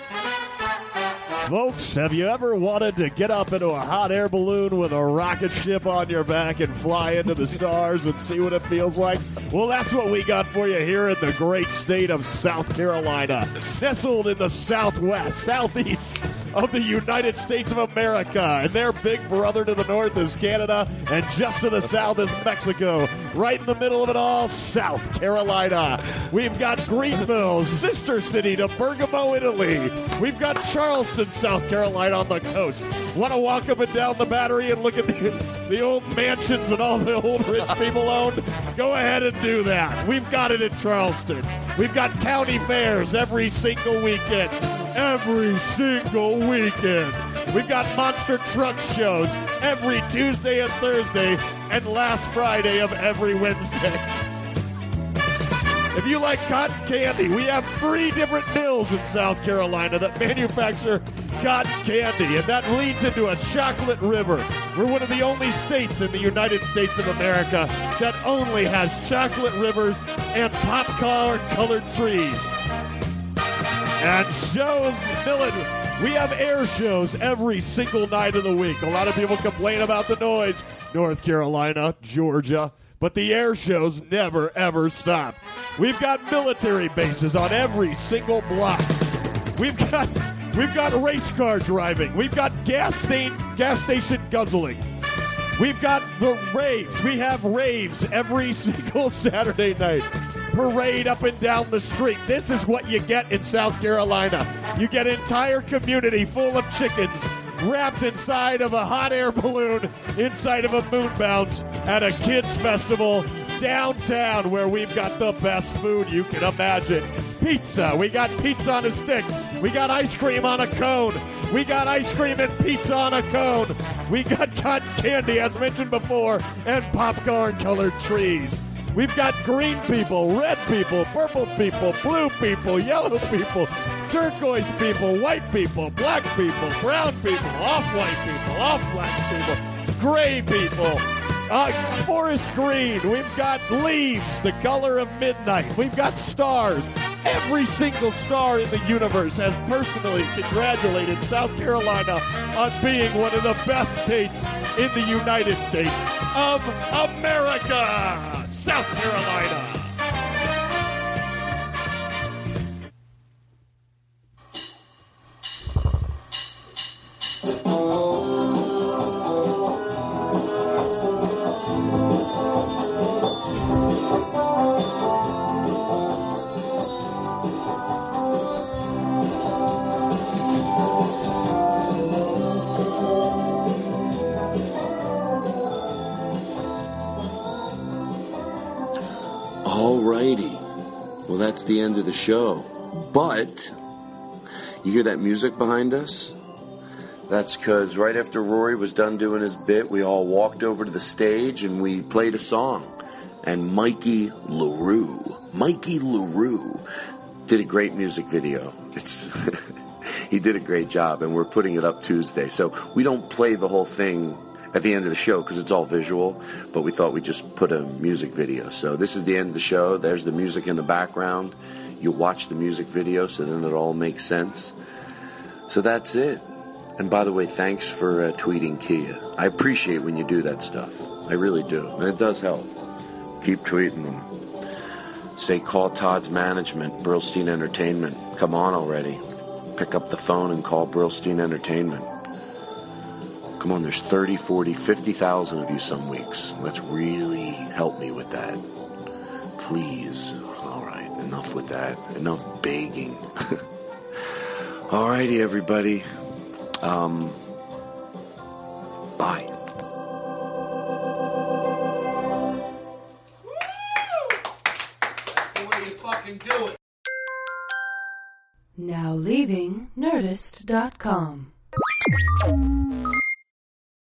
P: Folks, have you ever wanted to get up into a hot air balloon with a rocket ship on your back and fly into the stars and see what it feels like? Well, that's what we got for you here in the great state of South Carolina. Nestled in the southwest, southeast of the United States of America, and their big brother to the north is Canada, and just to the south is Mexico. Right in the middle of it all, South Carolina. We've got Greenville, sister city to Bergamo, Italy. We've got Charleston, South Carolina on the coast. Want to walk up and down the battery and look at the, the old mansions and all the old rich people own? Go ahead and do that. We've got it in Charleston. We've got county fairs every single weekend. Every single weekend. We've got monster truck shows every Tuesday and Thursday and last Friday of every Wednesday. If you like cotton candy, we have three different mills in South Carolina that manufacture cotton candy, and that leads into a chocolate river. We're one of the only states in the United States of America that only has chocolate rivers and popcorn colored trees and shows Millen. We have air shows every single night of the week. A lot of people complain about the noise. North Carolina, Georgia. But the air shows never, ever stop. We've got military bases on every single block. We've got we've got race car driving. We've got gas station gas station guzzling. We've got the raves. We have raves every single Saturday night. Parade up and down the street. This is what you get in South Carolina. You get an entire community full of chickens wrapped inside of a hot air balloon, inside of a moon bounce at a kids festival downtown where we've got the best food you can imagine. Pizza. We got pizza on a stick. We got ice cream on a cone. We got ice cream and pizza on a cone. We got cotton candy, as mentioned before, and popcorn colored trees. We've got green people, red people, purple people, blue people, yellow people, turquoise people, white people, black people, brown people, off white people, off black people, gray people, uh, forest green. We've got leaves, the color of midnight. We've got stars. Every single star in the universe has personally congratulated South Carolina on being one of the best states in the United States of America. South Carolina.
A: Alrighty. Well, that's the end of the show. But you hear that music behind us? That's because right after Rory was done doing his bit, we all walked over to the stage and we played a song. And Mikey LaRue, Mikey LaRue, did a great music video. It's. he did a great job, and we're putting it up Tuesday. So we don't play the whole thing at the end of the show because it's all visual, but we thought we'd just put a music video. So this is the end of the show. There's the music in the background. You watch the music video, so then it all makes sense. So that's it. And by the way, thanks for uh, tweeting Kia. I appreciate when you do that stuff. I really do. And it does help. Keep tweeting them. Say, call Todd's management, Burlstein Entertainment. Come on already. Pick up the phone and call Burlstein Entertainment. Come on, there's 30, 40, 50,000 of you some weeks. Let's really help me with that. Please. All right, enough with that. Enough begging. All righty, everybody. Um, bye.
J: Now leaving Nerdist.com.